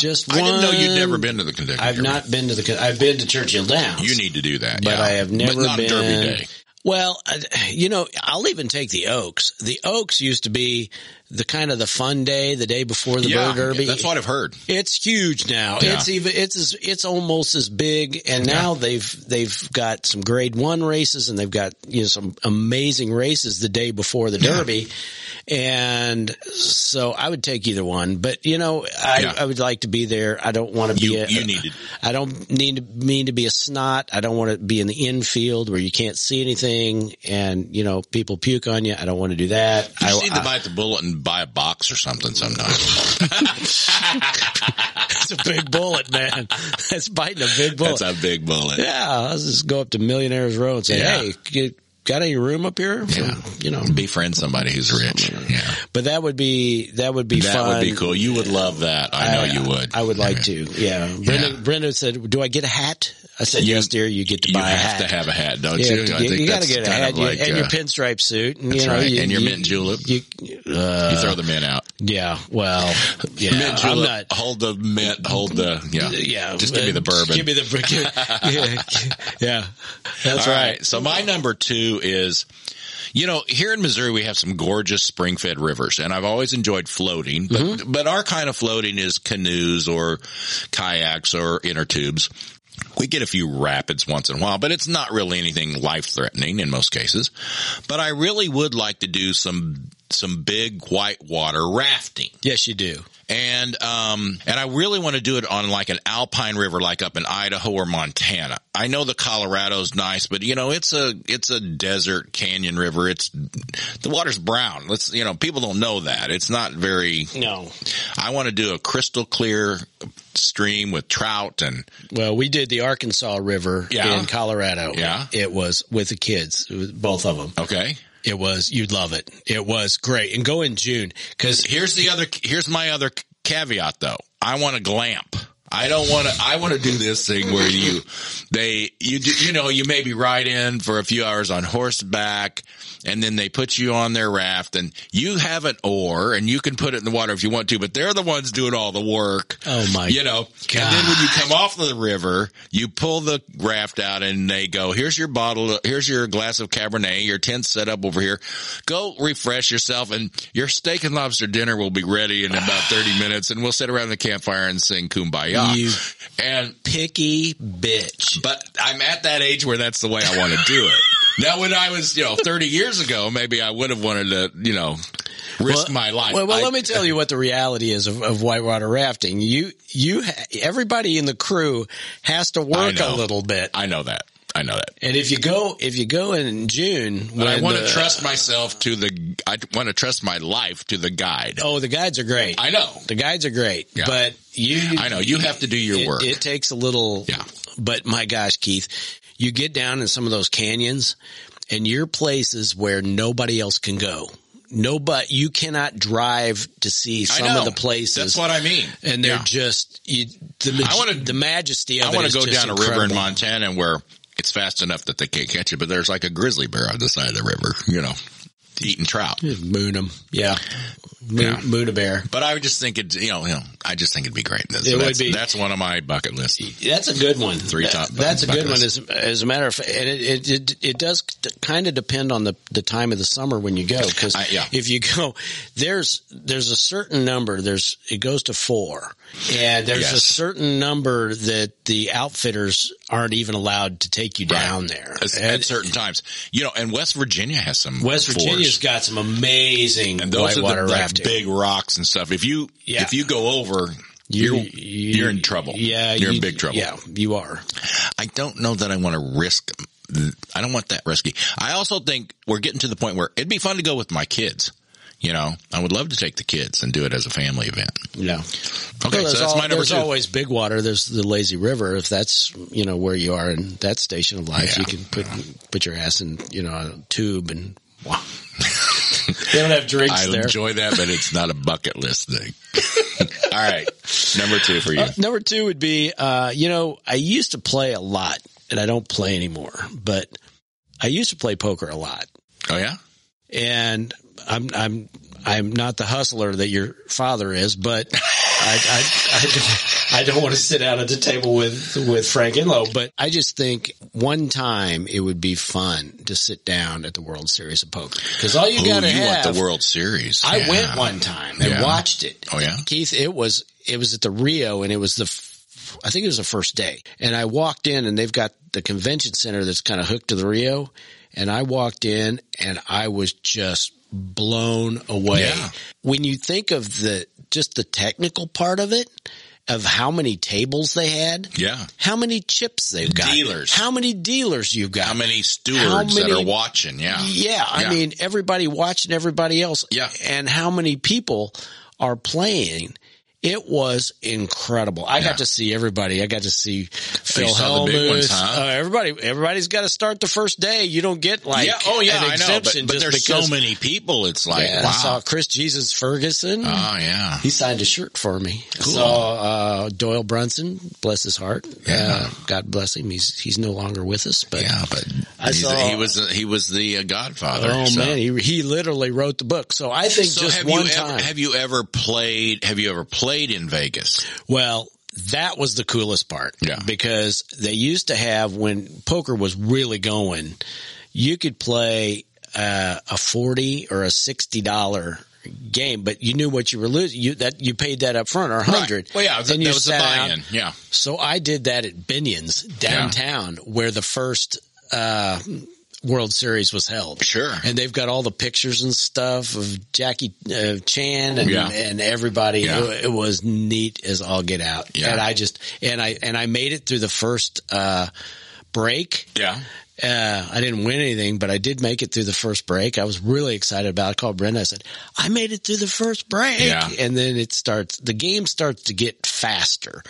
[SPEAKER 2] Just
[SPEAKER 3] I didn't know you'd
[SPEAKER 2] one-
[SPEAKER 3] never been to the Kentucky.
[SPEAKER 2] I've
[SPEAKER 3] Derby.
[SPEAKER 2] not been to the. I've been to Churchill Downs.
[SPEAKER 3] You need to do that,
[SPEAKER 2] but
[SPEAKER 3] yeah.
[SPEAKER 2] I have never
[SPEAKER 3] but not
[SPEAKER 2] been.
[SPEAKER 3] Derby Day.
[SPEAKER 2] Well, uh, you know, I'll even take the Oaks. The Oaks used to be the kind of the fun day, the day before the
[SPEAKER 3] yeah,
[SPEAKER 2] Bird Derby.
[SPEAKER 3] that's what I've heard.
[SPEAKER 2] It's huge now.
[SPEAKER 3] Yeah.
[SPEAKER 2] It's even it's as, it's almost as big. And now they've they've got some Grade One races, and they've got you know some amazing races the day before the Derby. And so I would take either one, but you know I,
[SPEAKER 3] Yeah.
[SPEAKER 2] I would like to be there. I don't want to be.
[SPEAKER 3] You-
[SPEAKER 2] a,
[SPEAKER 3] you need to-
[SPEAKER 2] I don't need to mean to be a snot. I don't want to be in the infield where you can't see anything, and you know people puke on you. I don't want to do that.
[SPEAKER 3] You
[SPEAKER 2] I,
[SPEAKER 3] just need to
[SPEAKER 2] I-
[SPEAKER 3] bite the bullet and buy a box or something sometime.
[SPEAKER 2] that's a big bullet, man. That's biting a big bullet.
[SPEAKER 3] That's a big bullet.
[SPEAKER 2] Yeah, let's just go up to Millionaires Row and say,
[SPEAKER 3] Yeah.
[SPEAKER 2] "Hey, you got any room up here?" For-
[SPEAKER 3] Yeah.
[SPEAKER 2] you know.
[SPEAKER 3] Befriend somebody who's rich. Yeah.
[SPEAKER 2] But that would be that would be
[SPEAKER 3] That
[SPEAKER 2] fun.
[SPEAKER 3] would be cool. You would love that. I know
[SPEAKER 2] I-
[SPEAKER 3] you would.
[SPEAKER 2] I would like to. Yeah. Brenda,
[SPEAKER 3] Yeah.
[SPEAKER 2] Brenda said, "Do I get a hat?" I said,
[SPEAKER 3] You-
[SPEAKER 2] "Yes, dear. You get to
[SPEAKER 3] You
[SPEAKER 2] buy a
[SPEAKER 3] have
[SPEAKER 2] hat.
[SPEAKER 3] to have a hat, don't
[SPEAKER 2] Yeah,
[SPEAKER 3] you?
[SPEAKER 2] you,
[SPEAKER 3] I
[SPEAKER 2] you gotta
[SPEAKER 3] that's
[SPEAKER 2] get a
[SPEAKER 3] kind
[SPEAKER 2] hat
[SPEAKER 3] of
[SPEAKER 2] you-
[SPEAKER 3] like,
[SPEAKER 2] and your
[SPEAKER 3] uh,
[SPEAKER 2] pinstripe suit, and
[SPEAKER 3] that's
[SPEAKER 2] you know,
[SPEAKER 3] right.
[SPEAKER 2] you,
[SPEAKER 3] and your
[SPEAKER 2] you-
[SPEAKER 3] mint julep. You,
[SPEAKER 2] You, uh,
[SPEAKER 3] throw the mint out.
[SPEAKER 2] yeah. Well, yeah.
[SPEAKER 3] mint
[SPEAKER 2] I'm
[SPEAKER 3] julep.
[SPEAKER 2] not.
[SPEAKER 3] Hold the mint. Hold the yeah.
[SPEAKER 2] Yeah.
[SPEAKER 3] Just give me the
[SPEAKER 2] uh,
[SPEAKER 3] bourbon.
[SPEAKER 2] Give me the bourbon. yeah. yeah. That's
[SPEAKER 3] All
[SPEAKER 2] right.
[SPEAKER 3] right. So my number two is, you know, here in Missouri we have some gorgeous spring-fed rivers, and I've always enjoyed floating. But, but our kind of floating is canoes or kayaks or inner tubes. We get a few rapids once in a while, but it's not really anything life-threatening in most cases. But I really would like to do some some big whitewater rafting
[SPEAKER 2] Yes, you do.
[SPEAKER 3] and um and I really want to do it on like an alpine river, like up in Idaho or Montana. I know the Colorado's nice, but you know it's a it's a desert canyon river. It's the water's brown. Let's you know people don't know that it's not very.
[SPEAKER 2] No.
[SPEAKER 3] I want to do a crystal clear stream with trout and
[SPEAKER 2] Well, we did the Arkansas River
[SPEAKER 3] Yeah.
[SPEAKER 2] in Colorado.
[SPEAKER 3] Yeah.
[SPEAKER 2] It was with the kids, it was both of them.
[SPEAKER 3] okay.
[SPEAKER 2] It was, you'd love it. It was great. And go in June because
[SPEAKER 3] Here's the other. Here's my other caveat, though. I want to glamp. I don't want to. I want to do this thing where you, they, you, do, you know, you maybe ride in for a few hours on horseback, and then they put you on their raft, and you have an oar, and you can put it in the water if you want to, but they're the ones doing all the work.
[SPEAKER 2] Oh, my
[SPEAKER 3] You know, and then when you come off the river, you pull the raft out, and they go, "Here's your bottle. Here's your glass of Cabernet. Your tent's set up over here. Go refresh yourself, and your steak and lobster dinner will be ready in about thirty minutes, and we'll sit around the campfire and sing
[SPEAKER 2] You-
[SPEAKER 3] "Kumbaya." and
[SPEAKER 2] picky bitch.
[SPEAKER 3] but I'm at that age where that's the way I want to do it. Now, when I was, you know, 30 years ago, maybe I would have wanted to, you know, risk my life.
[SPEAKER 2] Well, well
[SPEAKER 3] I-
[SPEAKER 2] let me tell you what the reality is of, of whitewater rafting. You, you, ha- everybody in the crew has to
[SPEAKER 3] I
[SPEAKER 2] work a
[SPEAKER 3] know.
[SPEAKER 2] little bit.
[SPEAKER 3] I know that. I know that.
[SPEAKER 2] And if you go, if you go in June, when
[SPEAKER 3] But I want
[SPEAKER 2] the-
[SPEAKER 3] to trust myself to the. I want to trust my life to the guide.
[SPEAKER 2] Oh, the guides are great.
[SPEAKER 3] I know.
[SPEAKER 2] the guides are great,
[SPEAKER 3] Yeah.
[SPEAKER 2] but you,
[SPEAKER 3] I know. You have to do your
[SPEAKER 2] it,
[SPEAKER 3] work.
[SPEAKER 2] It takes a little,
[SPEAKER 3] Yeah.
[SPEAKER 2] But my gosh, Keith, you get down in some of those canyons, and your places where nobody else can go. Nobody, you cannot drive to see
[SPEAKER 3] I
[SPEAKER 2] some
[SPEAKER 3] know.
[SPEAKER 2] of the places.
[SPEAKER 3] That's what I mean.
[SPEAKER 2] and they're
[SPEAKER 3] Yeah.
[SPEAKER 2] just you, the maj-
[SPEAKER 3] I wanna-
[SPEAKER 2] the majesty of
[SPEAKER 3] I
[SPEAKER 2] it
[SPEAKER 3] want
[SPEAKER 2] is
[SPEAKER 3] to go
[SPEAKER 2] just
[SPEAKER 3] down a
[SPEAKER 2] incredible.
[SPEAKER 3] river in Montana where it's fast enough that they can't catch you, but there's like a grizzly bear on the side of the river, you know, eating trout.
[SPEAKER 2] Moon 'em. yeah, moon,
[SPEAKER 3] Yeah.
[SPEAKER 2] moon a bear.
[SPEAKER 3] But I would just think it, you know, you know, I just think it'd be great. That's,
[SPEAKER 2] It would
[SPEAKER 3] that's,
[SPEAKER 2] be.
[SPEAKER 3] That's one of my bucket lists.
[SPEAKER 2] That's a good one.
[SPEAKER 3] Three
[SPEAKER 2] That-
[SPEAKER 3] top-
[SPEAKER 2] That's a good
[SPEAKER 3] bucket
[SPEAKER 2] one. As, as a matter of fact, and it, it, it, it does kind of depend on the, the time of the summer when you go. Cause
[SPEAKER 3] I- yeah.
[SPEAKER 2] if you go, there's, there's a certain number. There's, it goes to four and there's a
[SPEAKER 3] Yes.
[SPEAKER 2] certain number that the outfitters aren't even allowed to take you down there.
[SPEAKER 3] At- at
[SPEAKER 2] And
[SPEAKER 3] certain times, you know, and West Virginia has some.
[SPEAKER 2] West
[SPEAKER 3] forests.
[SPEAKER 2] Virginia's got some amazing
[SPEAKER 3] and those
[SPEAKER 2] whitewater
[SPEAKER 3] are the, like,
[SPEAKER 2] rafting.
[SPEAKER 3] big rocks and stuff. If you
[SPEAKER 2] Yeah.
[SPEAKER 3] if you go over,
[SPEAKER 2] You-
[SPEAKER 3] you, are you are in trouble.
[SPEAKER 2] Yeah.
[SPEAKER 3] you're
[SPEAKER 2] you-
[SPEAKER 3] in big trouble.
[SPEAKER 2] Yeah, you are.
[SPEAKER 3] I don't know that I want to risk. I don't want that risky. I also think we're getting to the point where it'd be fun to go with my kids. You know, I would love to take the kids and do it as a family event.
[SPEAKER 2] Yeah.
[SPEAKER 3] Okay,
[SPEAKER 2] Well,
[SPEAKER 3] so
[SPEAKER 2] there's
[SPEAKER 3] that's
[SPEAKER 2] al-
[SPEAKER 3] my number
[SPEAKER 2] there's
[SPEAKER 3] two.
[SPEAKER 2] always big water. There's the lazy river. If that's you know where you are in that station of life,
[SPEAKER 3] Yeah.
[SPEAKER 2] you can put put your ass in you know a tube and wow. they don't have drinks
[SPEAKER 3] I
[SPEAKER 2] there.
[SPEAKER 3] enjoy that, but it's not a bucket list thing. All right, number two for you.
[SPEAKER 2] Number two would be uh, you know I used to play a lot and I don't play anymore, but I used to play poker a lot.
[SPEAKER 3] Oh yeah,
[SPEAKER 2] and I'm I'm I'm not the hustler that your father is, but I, I, I, I don't want to sit down at the table with, with Frank Inlow, but I just think one time it would be fun to sit down at the World Series of Poker because all you
[SPEAKER 3] Ooh,
[SPEAKER 2] got to
[SPEAKER 3] you
[SPEAKER 2] have.
[SPEAKER 3] want the World Series?
[SPEAKER 2] I
[SPEAKER 3] Yeah.
[SPEAKER 2] went one time and
[SPEAKER 3] Yeah.
[SPEAKER 2] watched it.
[SPEAKER 3] Oh, yeah?
[SPEAKER 2] Keith, it was it was at the Rio and it was the f- I think it was the first day. And I walked in and they've got the convention center that's kind of hooked to the Rio and I walked in and I was just blown away.
[SPEAKER 3] Yeah.
[SPEAKER 2] When you think of the just the technical part of it of how many tables they had,
[SPEAKER 3] Yeah.
[SPEAKER 2] how many chips they've got,
[SPEAKER 3] Dealers.
[SPEAKER 2] how many dealers you've got,
[SPEAKER 3] How many stewards
[SPEAKER 2] How
[SPEAKER 3] that
[SPEAKER 2] many-
[SPEAKER 3] are watching? Yeah.
[SPEAKER 2] yeah, I
[SPEAKER 3] Yeah.
[SPEAKER 2] mean everybody watching everybody else.
[SPEAKER 3] Yeah.
[SPEAKER 2] and how many people are playing? It was incredible. I
[SPEAKER 3] Yeah.
[SPEAKER 2] got to see everybody. I got to see Phil
[SPEAKER 3] saw the big ones,
[SPEAKER 2] Hellmuth.
[SPEAKER 3] huh?
[SPEAKER 2] Uh, everybody, everybody's got to start the first day. You don't get like
[SPEAKER 3] yeah. Oh, yeah.
[SPEAKER 2] an
[SPEAKER 3] I know. But,
[SPEAKER 2] exemption
[SPEAKER 3] but
[SPEAKER 2] just
[SPEAKER 3] there's
[SPEAKER 2] because.
[SPEAKER 3] so many people. It's like,
[SPEAKER 2] And I saw
[SPEAKER 3] wow.
[SPEAKER 2] Chris Jesus Ferguson.
[SPEAKER 3] Oh, yeah.
[SPEAKER 2] he signed a shirt for me. I saw uh, Doyle Brunson, bless his heart.
[SPEAKER 3] Yeah.
[SPEAKER 2] Uh, God bless him. He's he's no longer with us, but
[SPEAKER 3] Yeah, but
[SPEAKER 2] I
[SPEAKER 3] he's-
[SPEAKER 2] saw-
[SPEAKER 3] he was he was the uh, Godfather.
[SPEAKER 2] Oh
[SPEAKER 3] so.
[SPEAKER 2] man, he, he literally wrote the book. So I think
[SPEAKER 3] So
[SPEAKER 2] just
[SPEAKER 3] have
[SPEAKER 2] one
[SPEAKER 3] you
[SPEAKER 2] time.
[SPEAKER 3] ever have you ever played have you ever played in Vegas?
[SPEAKER 2] well, that was the coolest part.
[SPEAKER 3] Yeah.
[SPEAKER 2] Because they used to have when poker was really going, you could play uh, a forty or a sixty dollar game, but you knew what you were losing. You that you paid that up front or a hundred.
[SPEAKER 3] Well, yeah, that,
[SPEAKER 2] you
[SPEAKER 3] that was a
[SPEAKER 2] sat out.
[SPEAKER 3] buy-in. Yeah.
[SPEAKER 2] So I did that at Binion's downtown where the first uh, World Series was held.
[SPEAKER 3] Sure.
[SPEAKER 2] And they've got all the pictures and stuff of Jackie uh, Chan and,
[SPEAKER 3] Yeah.
[SPEAKER 2] and everybody.
[SPEAKER 3] Yeah.
[SPEAKER 2] It, it was neat as all get out.
[SPEAKER 3] Yeah.
[SPEAKER 2] And I just and I and I made it through the first uh, break.
[SPEAKER 3] Yeah.
[SPEAKER 2] Uh, I didn't win anything, but I did make it through the first break. I was really excited about it. I called Brenda. I said, I made it through the first break.
[SPEAKER 3] Yeah.
[SPEAKER 2] And then it starts, the game starts to get faster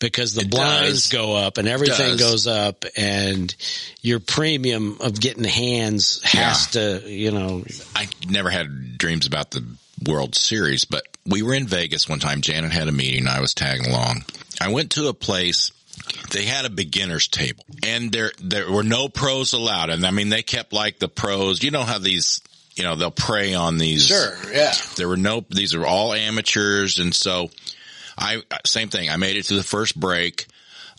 [SPEAKER 2] because the blinds
[SPEAKER 3] does.
[SPEAKER 2] go up and everything
[SPEAKER 3] Does.
[SPEAKER 2] goes up and your premium of getting hands has to, you know,
[SPEAKER 3] I never had dreams about the World Series, but we were in Vegas one time. Janet had a meeting. I was tagging along. I went to a place. They had a beginner's table and there, there were no pros allowed. And I mean, they kept like the pros, you know how these, you know, they'll prey on these.
[SPEAKER 2] Yeah.
[SPEAKER 3] There were no, these are all amateurs. And so I, same thing. I made it to the first break.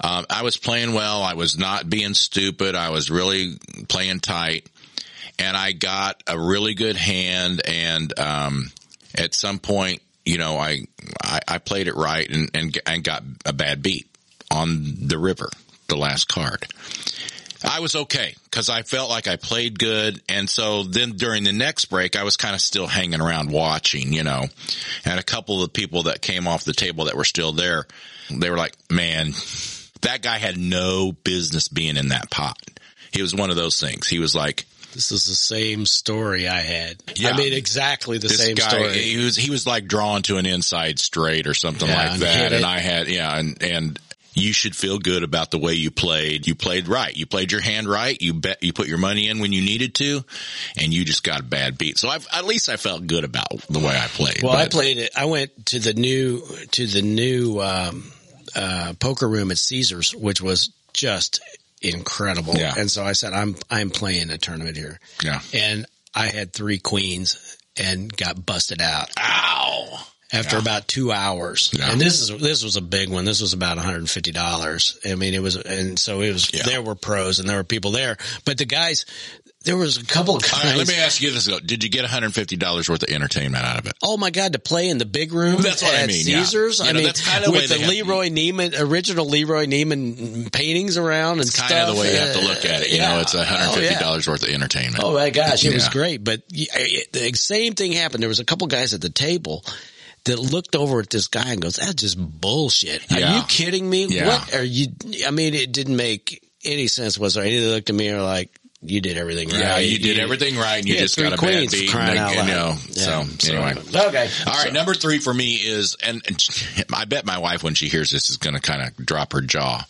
[SPEAKER 3] Um, I was playing well. I was not being stupid. I was really playing tight and I got a really good hand. And um, at some point, you know, I I, I played it right and, and and got a bad beat on the river, the last card. I was okay because I felt like I played good, and so then during the next break, I was kind of still hanging around watching, you know. And a couple of the people that came off the table that were still there, they were like, "Man, that guy had no business being in that pot." He was one of those things. He was like,
[SPEAKER 2] This is the same story I had.
[SPEAKER 3] Yeah.
[SPEAKER 2] I mean, exactly the
[SPEAKER 3] this
[SPEAKER 2] same
[SPEAKER 3] guy
[SPEAKER 2] story.
[SPEAKER 3] he was he was like drawn to an inside straight or something
[SPEAKER 2] Yeah,
[SPEAKER 3] like
[SPEAKER 2] and
[SPEAKER 3] that
[SPEAKER 2] hit
[SPEAKER 3] and
[SPEAKER 2] it.
[SPEAKER 3] i had yeah and and you should feel good about the way you played you played right you played your hand right you bet you put your money in when you needed to and you just got a bad beat so i've at least i felt good about the way i played
[SPEAKER 2] Well, I
[SPEAKER 3] but-
[SPEAKER 2] played it. I went to the new to the new um, uh, poker room at Caesars, which was just incredible.
[SPEAKER 3] Yeah.
[SPEAKER 2] And so I said, "I'm I'm playing a tournament here,"
[SPEAKER 3] yeah
[SPEAKER 2] and I had three queens and got busted out
[SPEAKER 3] ow
[SPEAKER 2] after about two hours.
[SPEAKER 3] Yeah.
[SPEAKER 2] And this is this was a big one. This was about one hundred and fifty dollars. I mean, it was, and so it was.
[SPEAKER 3] Yeah.
[SPEAKER 2] There were pros and there were people there, but the guys. There was a couple of
[SPEAKER 3] all
[SPEAKER 2] guys.
[SPEAKER 3] right, let me ask you this though. Did you get $150 worth of entertainment out of it?
[SPEAKER 2] oh my god, to play in the big room.
[SPEAKER 3] That's what I
[SPEAKER 2] at
[SPEAKER 3] mean, yeah.
[SPEAKER 2] Caesars.
[SPEAKER 3] You
[SPEAKER 2] I
[SPEAKER 3] know,
[SPEAKER 2] mean,
[SPEAKER 3] that's kinda the way
[SPEAKER 2] with
[SPEAKER 3] they
[SPEAKER 2] the
[SPEAKER 3] have-
[SPEAKER 2] Leroy Neiman original Leroy Neiman paintings around and
[SPEAKER 3] Kind
[SPEAKER 2] stuff.
[SPEAKER 3] of the way you have to look at it. You
[SPEAKER 2] yeah.
[SPEAKER 3] know, it's $150
[SPEAKER 2] Oh, yeah.
[SPEAKER 3] worth of entertainment.
[SPEAKER 2] Oh, my gosh, it was
[SPEAKER 3] Yeah.
[SPEAKER 2] great. But y- it- the same thing happened. There was a couple guys at the table. That looked over at this guy and goes, "That's just bullshit. Are
[SPEAKER 3] Yeah.
[SPEAKER 2] you kidding me?
[SPEAKER 3] Yeah.
[SPEAKER 2] What are you? I mean, it didn't make any sense whatsoever. They looked at me and were like, "You did everything right.
[SPEAKER 3] Yeah, you did everything right, and you
[SPEAKER 2] Yeah,
[SPEAKER 3] just
[SPEAKER 2] three
[SPEAKER 3] got a bad
[SPEAKER 2] queens
[SPEAKER 3] beat.
[SPEAKER 2] crying
[SPEAKER 3] and,
[SPEAKER 2] out
[SPEAKER 3] you
[SPEAKER 2] loud.
[SPEAKER 3] know,
[SPEAKER 2] Yeah,
[SPEAKER 3] so anyway.
[SPEAKER 2] Okay,
[SPEAKER 3] All right, number three for me is, and, and I bet my wife when she hears this is going to kind of drop her jaw.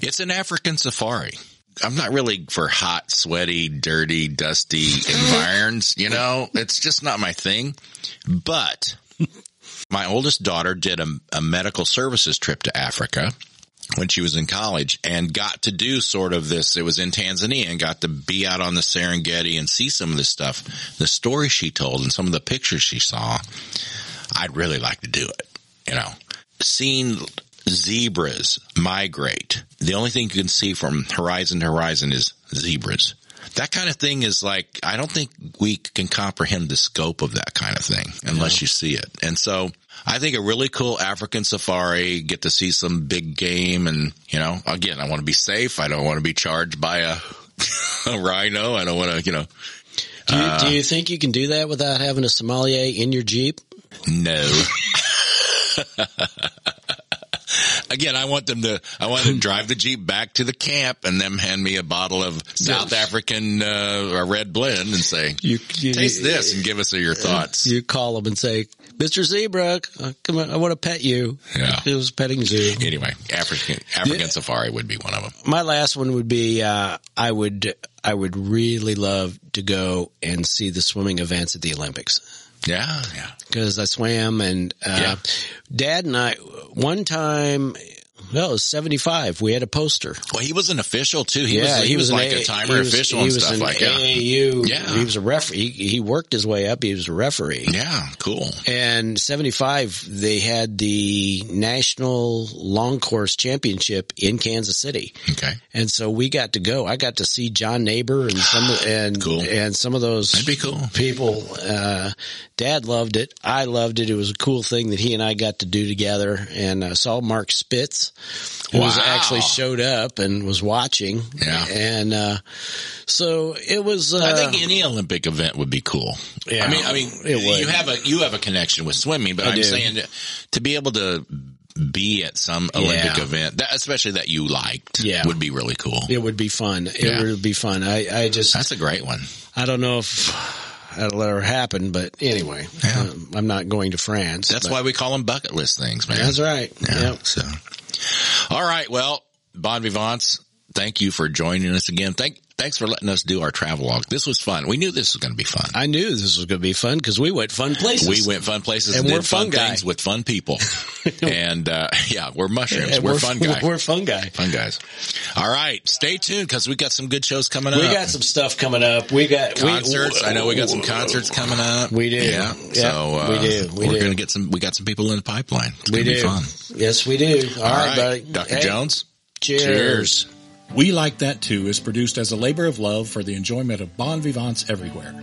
[SPEAKER 3] It's an African safari. I'm not really for hot, sweaty, dirty, dusty environs. You know, it's just not my thing. But my oldest daughter did a, a medical services trip to Africa when she was in college and got to do sort of this. It was in Tanzania and got to be out on the Serengeti and see some of this stuff. The story she told and some of the pictures she saw, I'd really like to do it, you know. seen zebras migrate. The only thing you can see from horizon to horizon is zebras. That kind of thing is like, I don't think we can comprehend the scope of that kind of thing unless you see it. And so I think a really cool African safari, get to see some big game. And, you know, again, I want to be safe. I don't want to be charged by a, a rhino. I don't want to, you know,
[SPEAKER 2] Do you, do you think you can do that without having a sommelier in your Jeep?
[SPEAKER 3] No. Again, I want them to. I want them to drive the jeep back to the camp and them hand me a bottle of South African uh, or red blend and say,
[SPEAKER 2] You, you
[SPEAKER 3] "Taste this and give us your thoughts."
[SPEAKER 2] You call them and say, "Mr. Zebra, uh, come on, I want to pet you."
[SPEAKER 3] Yeah.
[SPEAKER 2] it was petting zoo.
[SPEAKER 3] Anyway, African African safari would be one of them.
[SPEAKER 2] My last one would be uh, I would I would really love to go and see the swimming events at the Olympics.
[SPEAKER 3] Yeah, yeah.
[SPEAKER 2] because I swam and uh,
[SPEAKER 3] Yeah.
[SPEAKER 2] dad and I one time no it was 75 we had a poster
[SPEAKER 3] Well, he was an official too. He was he, was,
[SPEAKER 2] an
[SPEAKER 3] like
[SPEAKER 2] A-
[SPEAKER 3] a timer
[SPEAKER 2] he was-
[SPEAKER 3] official
[SPEAKER 2] he
[SPEAKER 3] and
[SPEAKER 2] was
[SPEAKER 3] stuff
[SPEAKER 2] an
[SPEAKER 3] like that.
[SPEAKER 2] AAU
[SPEAKER 3] Yeah.
[SPEAKER 2] he was a referee he, he worked his way up he was a referee
[SPEAKER 3] Yeah, cool.
[SPEAKER 2] and 75 they had the national long course championship in Kansas City
[SPEAKER 3] Okay,
[SPEAKER 2] and so we got to go I got to see John Neighbor and some and
[SPEAKER 3] Cool.
[SPEAKER 2] and some of those
[SPEAKER 3] that'd be cool.
[SPEAKER 2] people. Uh, Dad loved it. I loved it. It was a cool thing that he and I got to do together. And uh, saw Mark Spitz, who was
[SPEAKER 3] Wow.
[SPEAKER 2] actually showed up and was watching.
[SPEAKER 3] Yeah.
[SPEAKER 2] And uh, so it was. Uh,
[SPEAKER 3] I think any Olympic event would be cool.
[SPEAKER 2] Yeah.
[SPEAKER 3] I mean, I mean,
[SPEAKER 2] It would.
[SPEAKER 3] you have a you have a connection with swimming, but I am
[SPEAKER 2] do.
[SPEAKER 3] saying that to be able to be at some Olympic event, that, especially that you liked,
[SPEAKER 2] Yeah.
[SPEAKER 3] would be really cool.
[SPEAKER 2] it would be fun. It
[SPEAKER 3] Yeah.
[SPEAKER 2] would be fun. I, I just,
[SPEAKER 3] That's a great one.
[SPEAKER 2] I don't know if that'll ever happen, but anyway, um, I'm not going to France.
[SPEAKER 3] That's
[SPEAKER 2] but-
[SPEAKER 3] why we call them bucket list things, man.
[SPEAKER 2] That's right. Yep.
[SPEAKER 3] So, all right. Well, Bon Vivants, thank you for joining us again. Thank, thanks for letting us do our travelogue. This was fun. We knew this was going to be fun.
[SPEAKER 2] I knew this was going to be fun because we went fun places.
[SPEAKER 3] We went fun places
[SPEAKER 2] And
[SPEAKER 3] and,
[SPEAKER 2] we're
[SPEAKER 3] did fun,
[SPEAKER 2] fun guy.
[SPEAKER 3] things with fun people. and uh, yeah, we're mushrooms.
[SPEAKER 2] And
[SPEAKER 3] We're, fun guy.
[SPEAKER 2] We're fun guy.
[SPEAKER 3] fun guys. All right, stay tuned because we got some good shows coming up.
[SPEAKER 2] We got some stuff coming up. We got we-
[SPEAKER 3] concerts. I know we got some concerts coming up.
[SPEAKER 2] We do.
[SPEAKER 3] Yeah.
[SPEAKER 2] Yep,
[SPEAKER 3] so uh,
[SPEAKER 2] we do. We
[SPEAKER 3] are
[SPEAKER 2] do.
[SPEAKER 3] gonna get some. We got some people in the pipeline. It's
[SPEAKER 2] We
[SPEAKER 3] gonna
[SPEAKER 2] do.
[SPEAKER 3] Be fun.
[SPEAKER 2] Yes, we do.
[SPEAKER 3] All
[SPEAKER 2] All
[SPEAKER 3] right,
[SPEAKER 2] right, buddy.
[SPEAKER 3] Dr.
[SPEAKER 2] Hey,
[SPEAKER 3] Jones.
[SPEAKER 2] cheers.
[SPEAKER 3] cheers.
[SPEAKER 4] We Like That Too is produced as a labor of love for the enjoyment of bon vivants everywhere.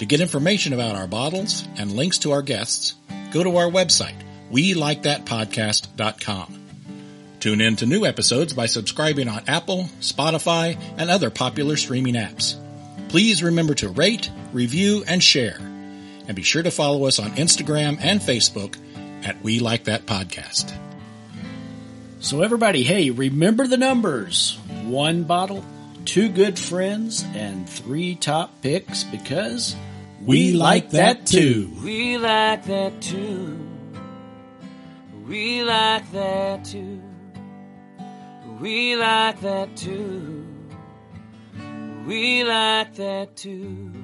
[SPEAKER 4] To get information about our bottles and links to our guests, go to our website, welikethatpodcast.com. Tune in to new episodes by subscribing on Apple, Spotify, and other popular streaming apps. Please remember to rate, review, and share. And be sure to follow us on Instagram and Facebook at We Like That Podcast.
[SPEAKER 5] So, everybody, hey, remember the numbers one bottle, two good friends, and three top picks because
[SPEAKER 4] We like that too.
[SPEAKER 1] We like that too. We like that too. We like that too. We like that too.